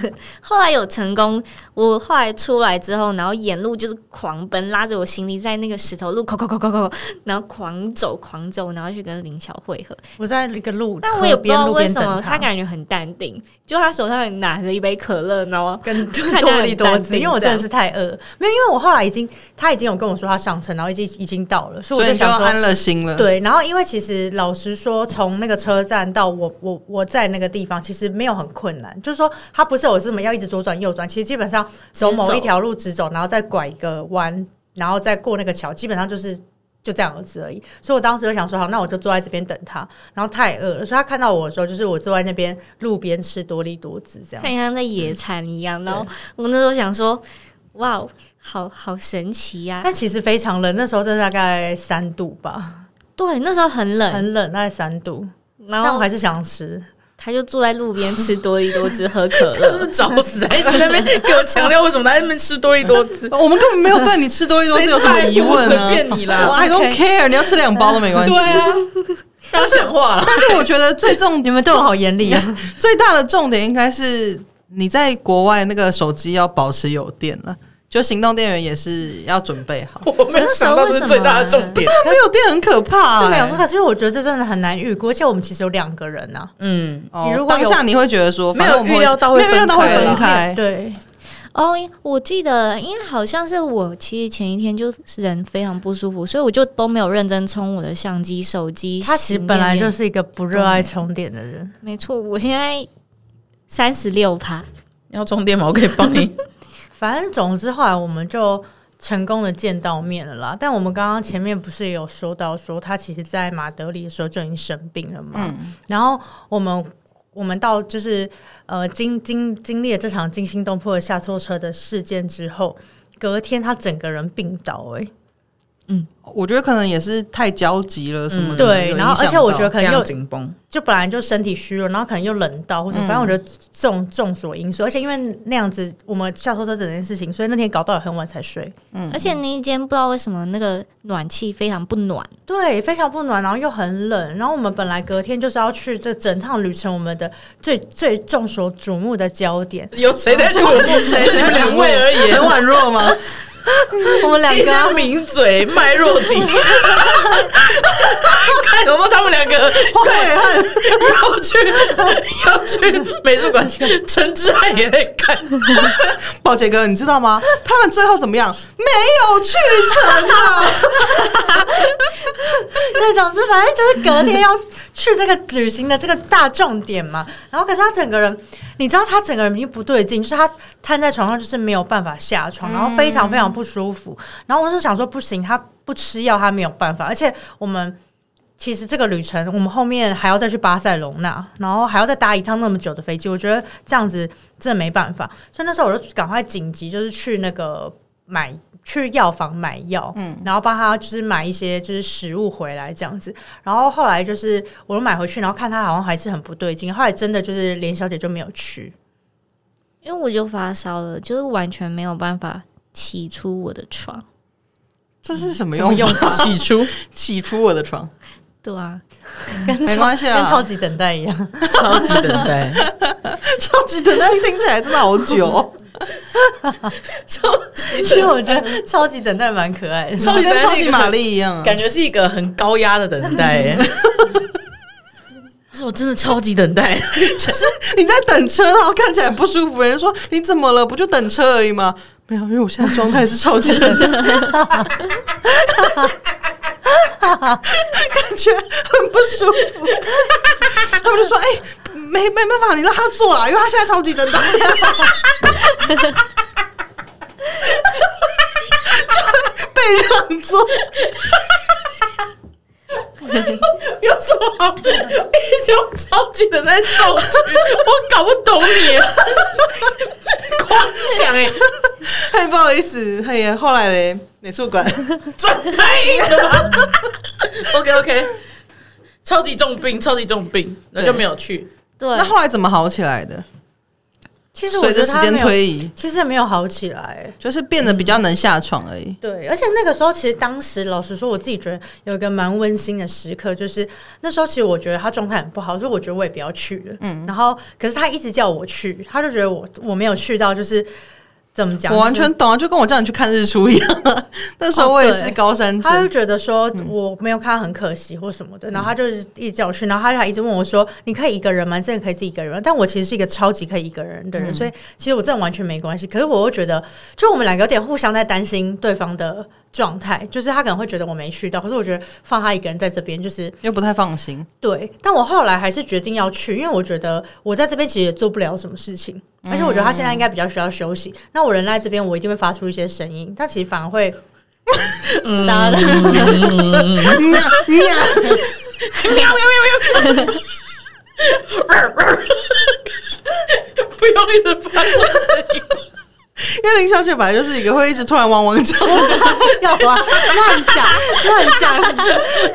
后来有成功。我后来出来之后，然后沿路就是狂奔，拉着我行李在那个石头路，扣扣扣扣扣，然后狂走狂走，然后去跟林晓会合。
我在一个路，
但我也不知
河
道
边路
为
边
什么
等
他感觉很淡定，就他手上拿着一杯可乐，然后
跟
看起来
多利
很
多
淡
姿，
定
因为我
这
真
样
的是太饿，没有，因为我后来已经他已经有跟我说他上车，然后已经已经到了，所
所
以我
以
就
你就
想说。
安了心了。，
对，然后因为其实老实说，从那个车站到我我我在那个地方，其实没有很困难。就是说，它不是有什么要一直左转右转，其实基本上走
直走
某一条路直走，然后再拐一个弯，然后再过那个桥，基本上就是就这样子而已。所以我当时就想说，好，那我就坐在这边等他。然后太饿了，所以他看到我的时候，就是我坐在那边路边吃多利多汁这样。
看像在野餐一样。然后我那时候想说，哇，好好神奇呀、
但其实非常冷，那时候真的大概三度吧，
对，那时候很冷，
很冷，大概三度。
然
但我
后
还是想吃，
他就坐在路边吃多利多汁喝可
他是 不
乐。
是找死啊？一直在那边给我强调为什么他在那边吃多利多滋？
我们根本没有对你吃多一多是有什么疑问啊
谁在
呢
乎随便你啦
我 I don't
OK
care，你要吃两包都没关系
对。啊，不要讲话了。
但是我觉得最重
你们对我好严 厉啊！
最大的重点应该是你在国外那个手机要保持有电了，就行动电源也是要准备 好。
我没有想到这是最大的重点。
但没有电很可怕、欸，
是没有错，可是我觉得这真的很难预估，而且我们其实有两个人啊呐、
嗯，
哦
你如果有
当下你会觉得说，反正我们
没有预料到会
没有预料到会分
分
开，
对，
哦，我记得，因为好像是我其实前一天就是人非常不舒服，所以我就都没有认真充我的相机、手机。
他其实本来就是是一个不热爱充电的人，
没错，我现在三十六趴。
你要充电吗？我可以帮你。
反正总之后来我们就成功的见到面了啦。但我们刚刚前面不是也有说到说他其实在马德里的时候就已经生病了嘛，然后我们。我们到就是呃经经经历了这场惊心动魄的下错车的事件之后，隔天他整个人病倒哎、欸
我觉得可能也是太焦急了什么的、
对，
有
然后
影响
而且我觉得
到
可能又
非常紧绷，
就本来就身体虚弱，然后可能又冷到或者，反正我觉得众众所因素，而且因为那样子我们下错车整件事情，所以那天搞到了很晚才睡，
而且那一间不知道为什么那个暖气非常不暖，
对，非常不暖，然后又很冷，然后我们本来隔天就是要去这整趟旅程我们的最最众所瞩目的焦点，
有谁在注目？
是谁
就你们两位而已。
陈婉若吗？
我们 两
一
个啊
些抿嘴麦若迪， 看有没有他们两个快要去要去美术馆，陈志汉也在看，
宝杰哥，你知道吗？他们最后怎么样？没有去成啊！
对，总之反正就是隔天要去这个旅行的这个大重点嘛。然后可是他整个人，你知道他整个人已经不对劲，就是他瘫在床上就是没有办法下床，然后非常非常不舒服。然后我就想说不行，他不吃药他没有办法，而且我们。其实这个旅程，我们后面还要再去巴塞隆纳，然后还要再搭一趟那么久的飞机，我觉得这样子真的没办法。所以那时候我就赶快紧急，就是去那个买去药房买药，嗯，然后帮他就是买一些就是食物回来这样子。然后后来就是我又买回去，然后看他好像还是很不对劲，后来真的就是连小姐就没有去。
因为我就发烧了，就是完全没有办法起出我的床。
这是什么用用法？
起初
起出我的床，
对啊，
没关系
跟超
啊。
级等待 一样，
超级等待，
超级等待听起来真的好久哦，
其实我觉得超级等待蛮可爱的。
就
超级等
跟
待
超
是一
级
个
玛丽一样啊。
感觉是一个很高压的等待耶。可是我真的超级等待，
就是 你在等车，然后看起来很不舒服，人家说你怎么了？不就等车而已吗？没有，因为我现在状态是超级 等待，感觉很不舒服。他们就说：“哎、没没办法，你让他坐啊啦，因为他现在超级等待。” 就被让座，
有什么好？一种超级等待造句，我搞不懂你，狂讲哎，
哎，不好意思，哎呀，后来嘞，美术馆。
转太硬了 吧？OK OK，超级重病，超级重病，那就没有去。
对啊
那，后来怎么好起来的？
其实我
随
觉
着
得
时
他
间
没有，
推移，
其实也没有好起来。
就是变得比较能下床而已。
对，而且那个时候，其实当时老实说，我自己觉得有一个蛮温馨的时刻，就是那时候其实我觉得他状态很不好，所以我觉得我也不要去了。嗯，然后可是他一直叫我去，他就觉得我我没有去到，就是怎么讲，
我完
就是
全懂啊，就跟我叫你去看日出一样 啊。那时候我也
哦
嗯是
对
高山
他就
症，
觉得说我没有看他很可惜或什么的，然后他就是一直叫我去，然后他就还一直问我说：“你可以一个人吗？你真的可以自己一个人吗？”但我其实是一个超级可以一个人的人，所以其实我真的完全没关系。可是我又觉得，就我们两个有点互相在担心对方的状态，就是他可能会觉得我没去到，可是我觉得放他一个人在这边就是
又不太放心。
对。但我后来还是决定要去，因为我觉得我在这边其实也做不了什么事情，而且我觉得他现在应该比较需要休息。那我人在这边，我一定会发出一些声音，但其实反而会。 哒
嗯啊
哒
嗯啊
喵喵喵喵，不用一直发出声音，
因为林小姐本来就是一个会一直突然汪汪叫，
要吧？乱讲乱讲，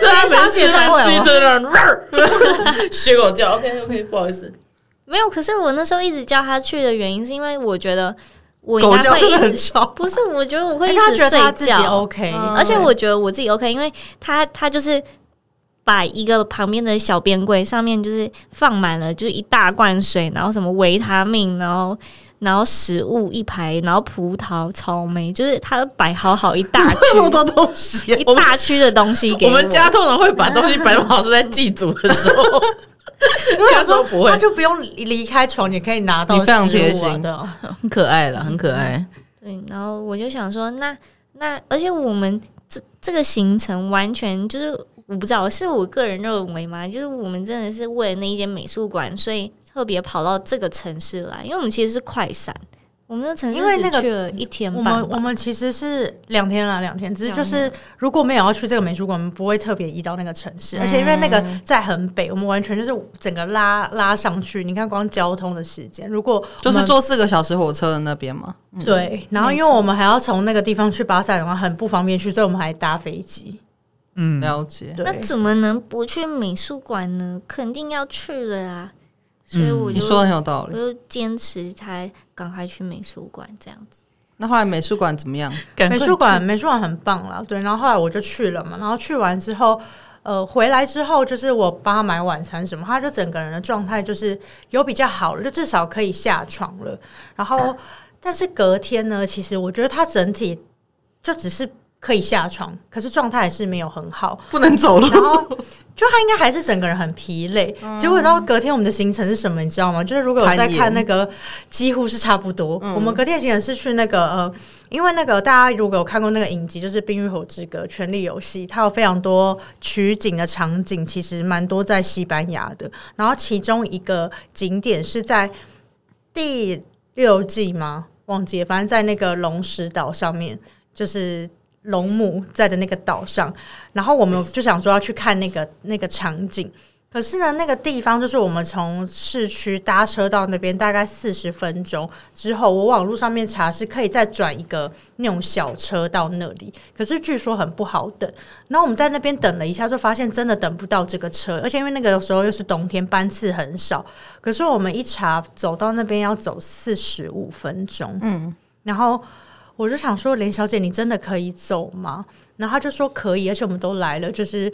大家
小
每次
姐
吃
才
饭
会
吃
哦
真 的学狗叫。OK OK，不 好意思，
没有。可是我那时候一直叫他去的原因，是因为我觉得我应
狗
该
叫
会
真的
一
很
直
吵。
不是，我觉得我
而
会一
且他
直
觉得他
睡
自己
觉，
OK，
嗯
而
哦
且我觉得我自己 OK，因为他他就是把一个旁边的小边柜上面就是放满了就是一大罐水，然后什么维他命，然后然后食物一排，然后葡萄、草莓，就是他摆好好一 大区
这么多东 西啊、
一大区的东西给
我们家通常会把东西摆老师在祭祖的时候，
他
家说不会
他，就不用离开床，也可以拿到
你非常贴
食物啊
心
对啊。
很可爱了，很可爱。
对，然后我就想说，那那而且我们这这个行程完全就是我不知道是我个人认为嘛，就是我们真的是为了那一间美术馆，所以特别跑到这个城市来，因为我们其实是快闪，我们那城市
因为
只
那个
去了一天
我
半吧
们我们其实是两天啦，两天，只是就
两
是如果没有要去这个美术馆，我们不会特别移到那个城市，而且因为那个在很北，我们完全就是整个拉拉上去。你看，光交通的时间，如果我
就
们
是坐四个小时火车的那边嘛。
对，然后因为我们还要从那个地方去巴塞的话，很不方便去，所以我们还搭飞机。
嗯，了解。
对，
那怎么能不去美术馆呢？肯定要去了啊！所以我
你
就、
说的很有道
我
理。
就坚持他赶快去美术馆这样子。
那后来美术馆怎么样？
美术馆美术馆很棒啦，对。然后后来我就去了嘛，然后去完之后，呃，回来之后就是我帮他买晚餐什么，他就整个人的状态就是有比较好了，就至少可以下床了。然后，但是隔天呢，其实我觉得他整体就只是可以下床，可是状态还是没有很好，
不能走路，
然后就他应该还是整个人很疲累。结果你知道隔天我们的行程是什么？你知道吗？就是如果有
嗯
在
攀岩嗯
看那个，几乎是差不多。我们隔天的行程是去那个呃，因为那个大家如果有看过那个影集，就是《冰与火之歌：权力游戏》，它有非常多取景的场景，其实蛮多在西班牙的。然后其中一个景点是在第六季吗？忘记了，反正在那个龙石岛上面，就是龙母在的那个岛上。然后我们就想说要去看那个那个场景，可是呢，那个地方就是我们从市区搭车到那边大概四十分钟之后，我网络上面查是可以再转一个那种小车到那里，可是据说很不好等。然后我们在那边等了一下，就发现真的等不到这个车，而且因为那个时候又是冬天，班次很少。可是我们一查，走到那边要走四十五分钟，嗯，然后我就想说，林小姐，你真的可以走吗？然后她就说可以，而且我们都来了，就是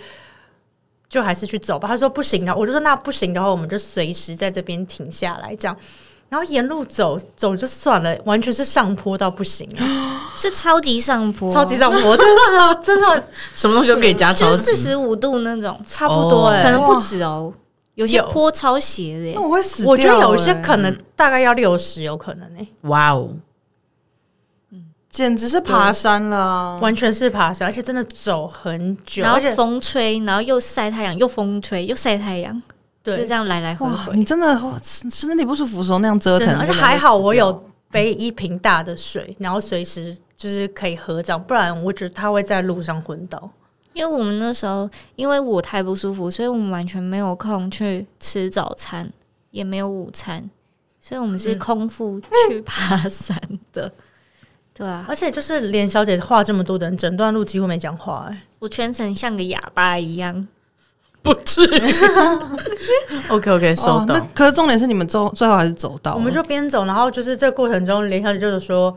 就还是去走吧。她说不行的，我就说那不行的话，我们就随时在这边停下来这样。然后沿路走走就算了，完全是上坡到不行、啊，
是超级上坡，
超级上坡，真的真的
什么东西都可以加
就
超
是四
级。
十五度那种，
差不多哎、
可能
哇
不止哦，有些
有
坡超斜的耶
那。我会死掉欸。欸
我觉得有一些可
嗯
能大概要六十，有可能哎、
哇哦，
简直是爬山了，
完全是爬山，而且真的走很久，
然
而
后
且
风吹，然后又晒太阳，又风吹，又晒太阳，就
对
这样来来回
哇！
回。
你真的哇身身体不舒服的时候那样折
真
腾
的，，而且
真的会
还好
死
我
掉
有背一瓶大的水，然后随时就是可以喝这样，不然我觉得他会在路上昏倒。
因为我们那时候因为我太不舒服，所以我们完全没有空去吃早餐，也没有午餐，所以我们
嗯
是空腹去爬山的。 对啊，
而且就是连小姐话这么多的人，整段路几乎没讲话、哎
我全程像个哑巴一样。
不至于。OK OK，收
哦那
到。
可是重点是你们最后最后还是走到了，
我们就边走，然后就是这个过程中，连小姐就是说，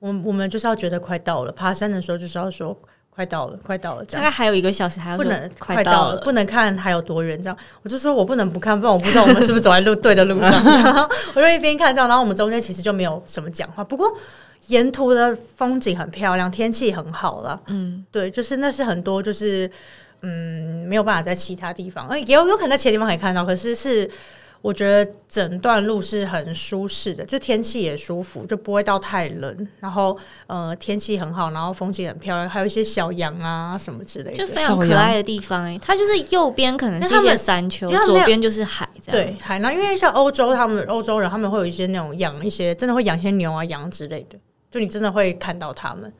我我们就是要觉得快到了，爬山的时候就是要说快到了，快到了这
大
样
概。还有一个小时，还要
不
说
能
快
到
了。
不能看还有多远这样。我就说我不能不看，不然我不知道我们是不是走在路对的路上。 然后我就一边看这样，然后我们中间其实就没有什么讲话，不过。沿途的风景很漂亮，天气很好了。嗯，对，就是那是很多就是嗯没有办法在其他地方，呃也有有可能在其他地方可以看到，可是是我觉得整段路是很舒适的，就天气也舒服，就不会到太冷，然后呃天气很好，然后风景很漂亮，还有一些小羊啊什么之类的，
就非常可爱的地方哎、它就是右边可能是
因
一
为他
些
们
山丘
因为，他们那
左边就是海，这样
对，海南，因为像欧洲，他们欧洲人他们会有一些那种养一些，真的会养一些牛啊、羊之类的，就你真的会看到他们。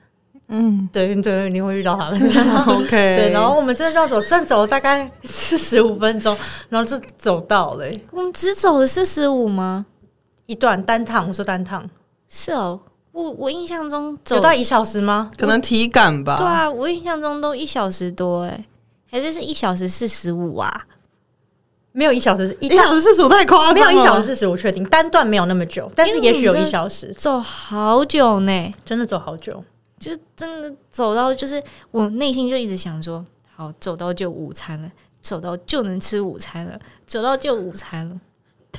嗯，对对，你会遇到他 们。
OK，
对，然后我们真的这样走，正走了大概四十五分钟，然后就走到了、欸
我们只走了四十五吗？
一段单趟，我说单趟，
是哦，我我印象中走
有到一小时吗？
可能体感吧，
对啊，我印象中都一小时多哎、还是是一小时四十五啊？
没有一小时，一
一小
趟
时四十五太夸
没有
张
一小时
了，
四十，我确定单段没有那么久，但是也许有一
因为我们真的
小时，
走好久呢，
真的走好久。
就真的走到就是我内心就一直想说，好，走到就午餐了，走到就能吃午餐了，走到就午餐了。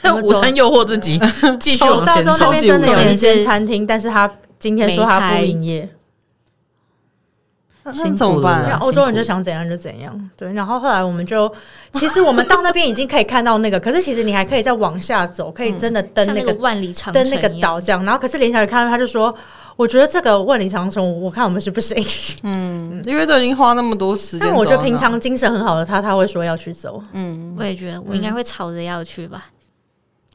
但午餐诱惑自 己，继续
走
往
到
前
之后那
走。
边真的有一
重点
间
是
餐厅，但是他今天说他不营业。
那
辛
那
苦
怎么
了
那
办？啊
欧洲人就想怎样就怎样，对。然后后来我们就， 其实我们到那边已经可以看到那个，可是其实你还可以再往下走，可以真的登
像
那
那
个、
个万里长
登那个
城一样
岛这样。然后可是林小姐看到他就说，我觉得这个万里长城，我看我们是不行。
因为都已经花那么多时间走到
嗯但
那，
我觉得平常精神很好的他，他会说要去走，
我也
嗯
觉得我应该会吵着要去吧。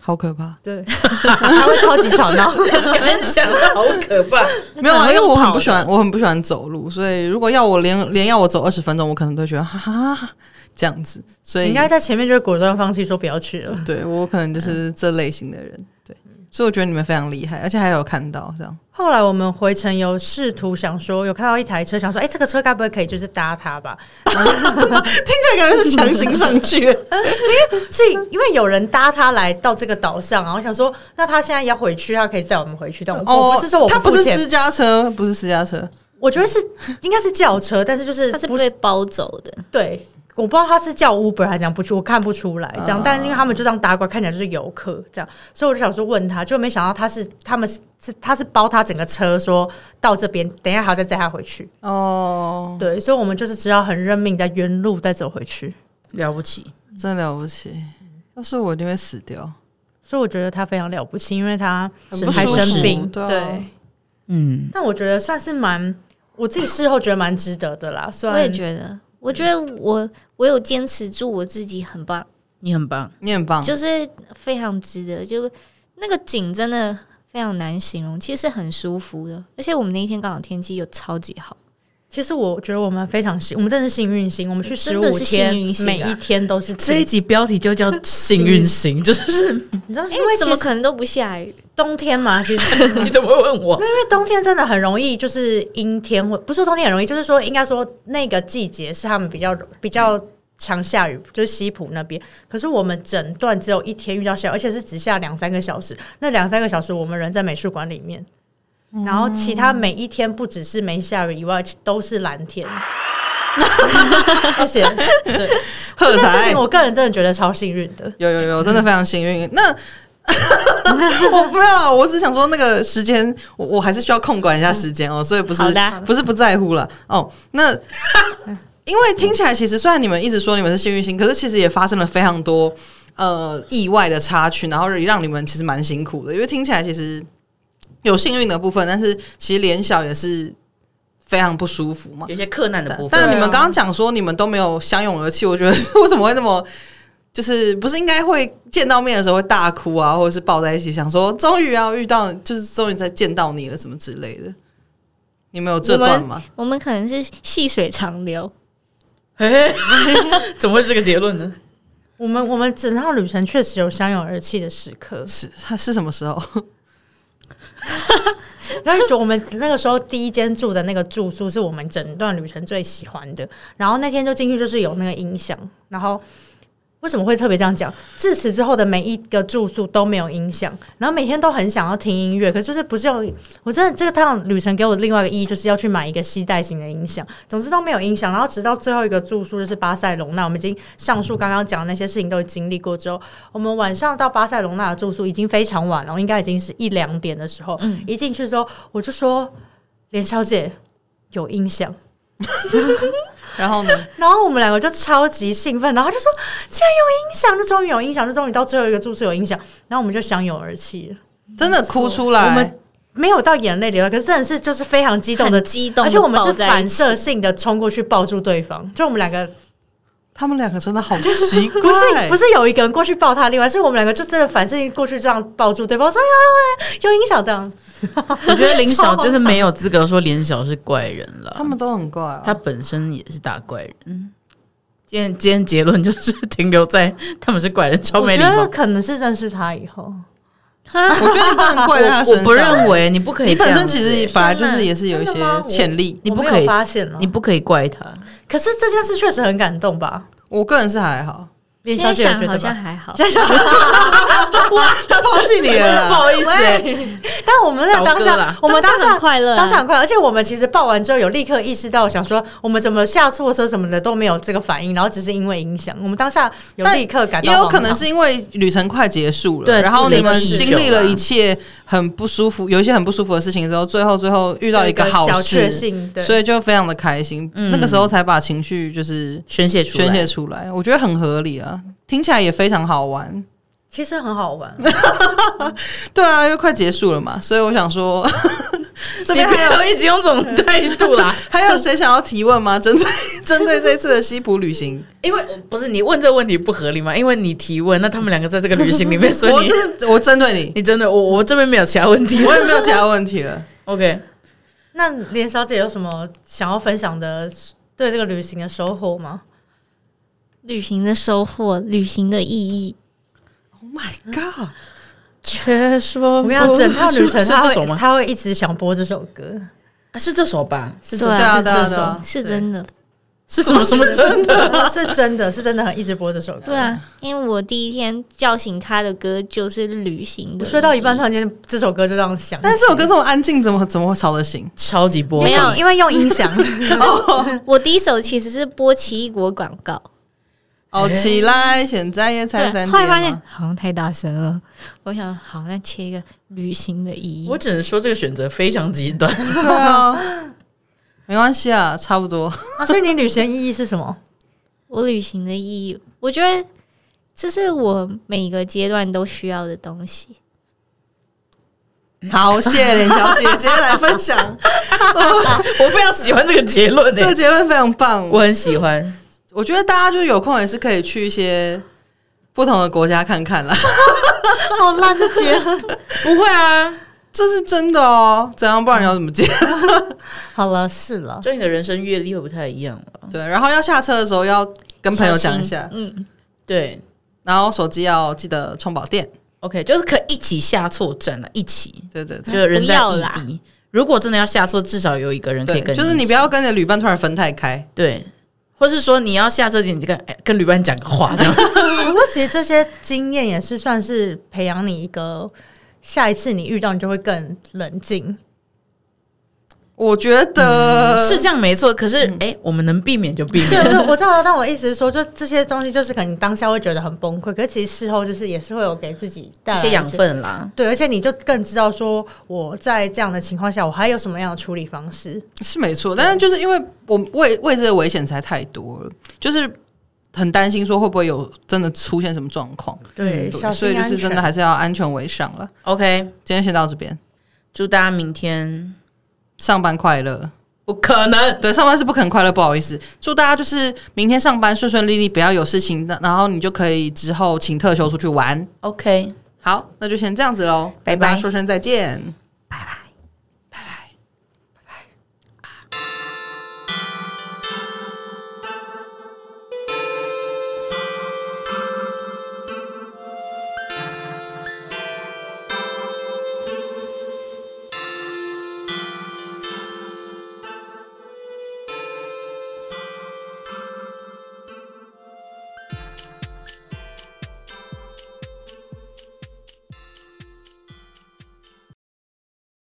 好可怕，
对，他会超级 吵闹。
敢想到好可怕。
没有啊，
可
因
能
为
用
我很
跑
不
的
喜欢，我很不喜欢走路，所以如果要我连连要我走二十分钟，我可能都会觉得哈哈这样子，所
你
以
应该在前面就果断放弃说不要去了。
对我可能
嗯
就是这类型的人，对，所以我觉得你们非常厉害，而且还有看到这样，
后来我们回程有试图想说，有看到一台车，想说，哎、这个车该不会可以就是搭它吧？
听起来感觉是强行上 去，
是因为有人搭他来到这个岛上啊，我想说，那他现在要回去，他可以载我们回去，但我、我不是说我
哦他
不
不
付
是
钱
私，家车，不是私家车，
我觉得是应该是轿车，但是就是
它是
不
被包走的，
对。我不知道他是叫 Uber 还是怎样不去，我看不出来这样。但是因为他们就这样打拐，看起来就是游客这样，所以我就想说问他，就没想到他是他们是是他是包他整个车，说到这边，等一下还要再载他回去。
哦，
对，所以我们就是只要很认命，在原路再走回去。
了不起，
真了不起。要是我一定会死掉，
所以我觉得他非常了不起，因为他
很
是
不
还
舒服
生病，
对啊
对。
嗯，
但我觉得算是蛮，我自己事后觉得蛮值得的啦。虽
我也
然
觉得，我觉得我我有坚持住我自己，很棒，
你很棒，
你很
嗯
棒，
就是非常值得。就那个景真的非常难形容，其实是很舒服的，而且我们那一天刚好天气又超级好，
其实我觉得我们非常幸，我们真的是幸运星，我们去十
真
五
的是
天
幸运，星啊
每一天都是
这一集标题就叫幸运星，就是
你知道，因
因为
为
哎怎
其
么
实
可能都不下雨？
冬天嘛，其实
你怎么会问我？
因为冬天真的很容易就是阴天，或不是冬天很容易，就是说应该说那个季节是他们比较比较。常下雨，就是西浦那边。可是我们整段只有一天遇到下雨，而且是只下两三个小时。那两三个小时，我们人在美术馆里面，然后其他每一天不只是没下雨以外，都是蓝天。谢谢。对，
喝
这件事
彩
情，我个人真的觉得超幸运的。
有有有，真
嗯
的非常幸运。那 我不要，我只想说那个时间，我我还是需要控管一下时间哦，所以不是
嗯好的
不是不在乎了哦。 那因为听起来，其实虽然你们一直说你们是幸运星，可是其实也发生了非常多呃意外的插曲，然后也让你们其实蛮辛苦的。因为听起来其实有幸运的部分，但是其实脸小也是非常不舒服嘛。
有些克难的部分
但
对啊
你们刚刚讲说你们都没有相拥而泣，我觉得 为什么会那么？就是不是应该会见到面的时候会大哭啊，或者是抱在一起，想说终于要遇到，就是终于再见到你了什么之类的。你们有这段吗？
我们可能是细水长流，
哎， 怎么会是这个结论呢？
我们我们整趟旅程确实有相拥而泣的时刻，
是他是什么时候？
但是我们那个时候第一间住的那个住宿是我们整段旅程最喜欢的。然后那天就进去就是有那个音响，然后为什么会特别这样讲？自此之后的每一个住宿都没有音响，然后每天都很想要听音乐，可就是不是有我真的这个趟旅程给我另外一个意义就是要去买一个吸带型的音响，总之都没有音响。然后直到最后一个住宿就是巴塞隆纳，我们已经上述刚刚讲的那些事情都经历过之后，我们晚上到巴塞隆纳的住宿已经非常晚了，应该已经是一两点的时候。一进去之后，我就说：“连小姐有音响。”
然后呢？
然后我们两个就超级兴奋，然后就说：“竟然有音响，就终于有音响，就终于到最后一个住宿有音响。”然后我们就相拥而泣了，
真的哭出
我
来
们，没有到眼泪流下，可是真的是就是非常 激动的
很 激动，
而且我们是反射，性的冲过去抱住对方，就我们两个
他们两个真的 好奇怪，
不是不是有一个人过去抱他，另外是我们两个就真的反射性过去这样抱住对方，说哎呀有影响这样，
我觉得林晓真的没有资格说林晓是怪人
他
了，
们都很怪、啊。
他本身也是大怪人。今天今天结论就是停留在他们是怪人，超
我
没
觉
礼
得
貌。
可能是认识他以后，
我觉得你不能怪在他身
我
上，
不认为你不可以
你
这
本
样
身
子
其
欸，
实本来就是也是有一
真的吗
些潜力。
你不
我没
可以
有发
啊
现了
你。不可以怪他。
可是这件事确实很感动吧？
我个人是还好，
连
现
小
在
姐有
想
觉
好
得
像
吧？
还好，
他抛弃你啊了
不
啦，
好意思欸，
但我们在当
倒戈啦
下，我们
当下
下
很快乐啊
当下很快乐，而且我们其实抱完之后有立刻意识到，想说我们怎么下错车什么的都没有这个反应，然后只是因为影响，我们当下有
但
立刻感到
也有
惶
可能
恐
是因为旅程快结束了，
对
然后你们
累积已
经
久
历了
了
一切很不舒服，有一些很不舒服的事情之后，最后最后遇到一个
有
好
小确
事，
幸，对，
所以就非常的开心。
嗯
那个时候才把情绪就是
宣泄出来，
宣泄出来，我觉得很合理啊，听起来也非常好玩。
其实很好玩。
对啊，因为快结束了嘛，所以我想说，这边
你
还有
不要一直用这种态度啦，
还有谁想要提问吗？ 针对针对这次的西普旅行，
因为不是你问这个问题不合理吗？因为你提问，那他们两个在这个旅行里面，所
我
以你
就是我针对 你，
你真的我我这边没有其他问题
我也没有其他问题了。
，OK，
那连小姐有什么想要分享的对这个旅行的收获吗？
旅行的收获，旅行的意义，
Oh my god！
却说
我跟你讲，整趟旅 程
呃是
她
这首
会
吗？
她会一直想播这首歌，
是这首吧？
是
对
这
啊
是
对啊
这
对啊
首
是真的，
是什么什么真的？
的，是真的是真的很一直播这首歌。
对，啊，因为我第一天叫醒他的歌就是旅行的，
我睡到一半，突然间这首歌就让响起。
但是这首歌这么安静，怎么怎么会吵得醒？
超级播
没 有
因为用音响，
我第一首其实是播奇异果广告，
哦，起来！现在也才
对，
三
后来
点
发现
吗，
好像太大声了，我想好，那切一个旅行的意义
我。只能说这个选择非常极端。
对啊，没关系啊，差不多。
啊，所以你旅行意义是什么？
我旅行的意义，我觉得这是我每个阶段都需要的东西。
好，谢谢林小姐今天来分享，
我非常喜欢这个结论
这
诶、
个结论非常棒。
我
我
很喜欢。
我觉得大家就是有空也是可以去一些不同的国家看看 啦，
好烂的结论。
不会啊，
这是真的哦。怎样？不然你要怎么接？
好了，是了，
就你的人生阅历会不太一样了。
对，然后要下车的时候要跟朋友讲一下，
嗯，
对
然后手机要记得充饱电。
，OK，就是可以一起下错站啊了，一起
对对
就
对。
是人在
不要
异
啦
地。如果真的要下错，至少有一个人可以
对，
跟
就是
你
你
一
不
起
要跟你的旅伴突然分太开，
对，或是说你要下车前你就跟哎跟旅伴讲个话，这样
不过其实这些经验也是算是培养你一个，下一次你遇到你就会更冷静。
我觉得、
是这样没错。可是哎，我们能避免就避
对
免。
对，我知道，但我一直说，就这些东西，就是可能你当下会觉得很崩溃，可是其实事后就是也是会有给自己带
一
来
些养。分啦，
对，而且你就更知道说，我在这样的情况下，我还有什么样的处理方式。
是没错，但是就是因为我未未知的危险实在太多了，就是很担心说会不会有真的出现什么状况，
对，
嗯对
小
所以
心
就
安
是真的
全。
还是要安全为上了。
OK，
今天先到这边，
祝大家明天
上班快乐。
不可能。
对，上班是不可能快乐，不好意思。祝大家就是明天上班顺顺利利，不要有事情，那然后你就可以之后请特休出去玩。
OK，
好，那就先这样子喽，
拜
跟
拜
大家说声再见。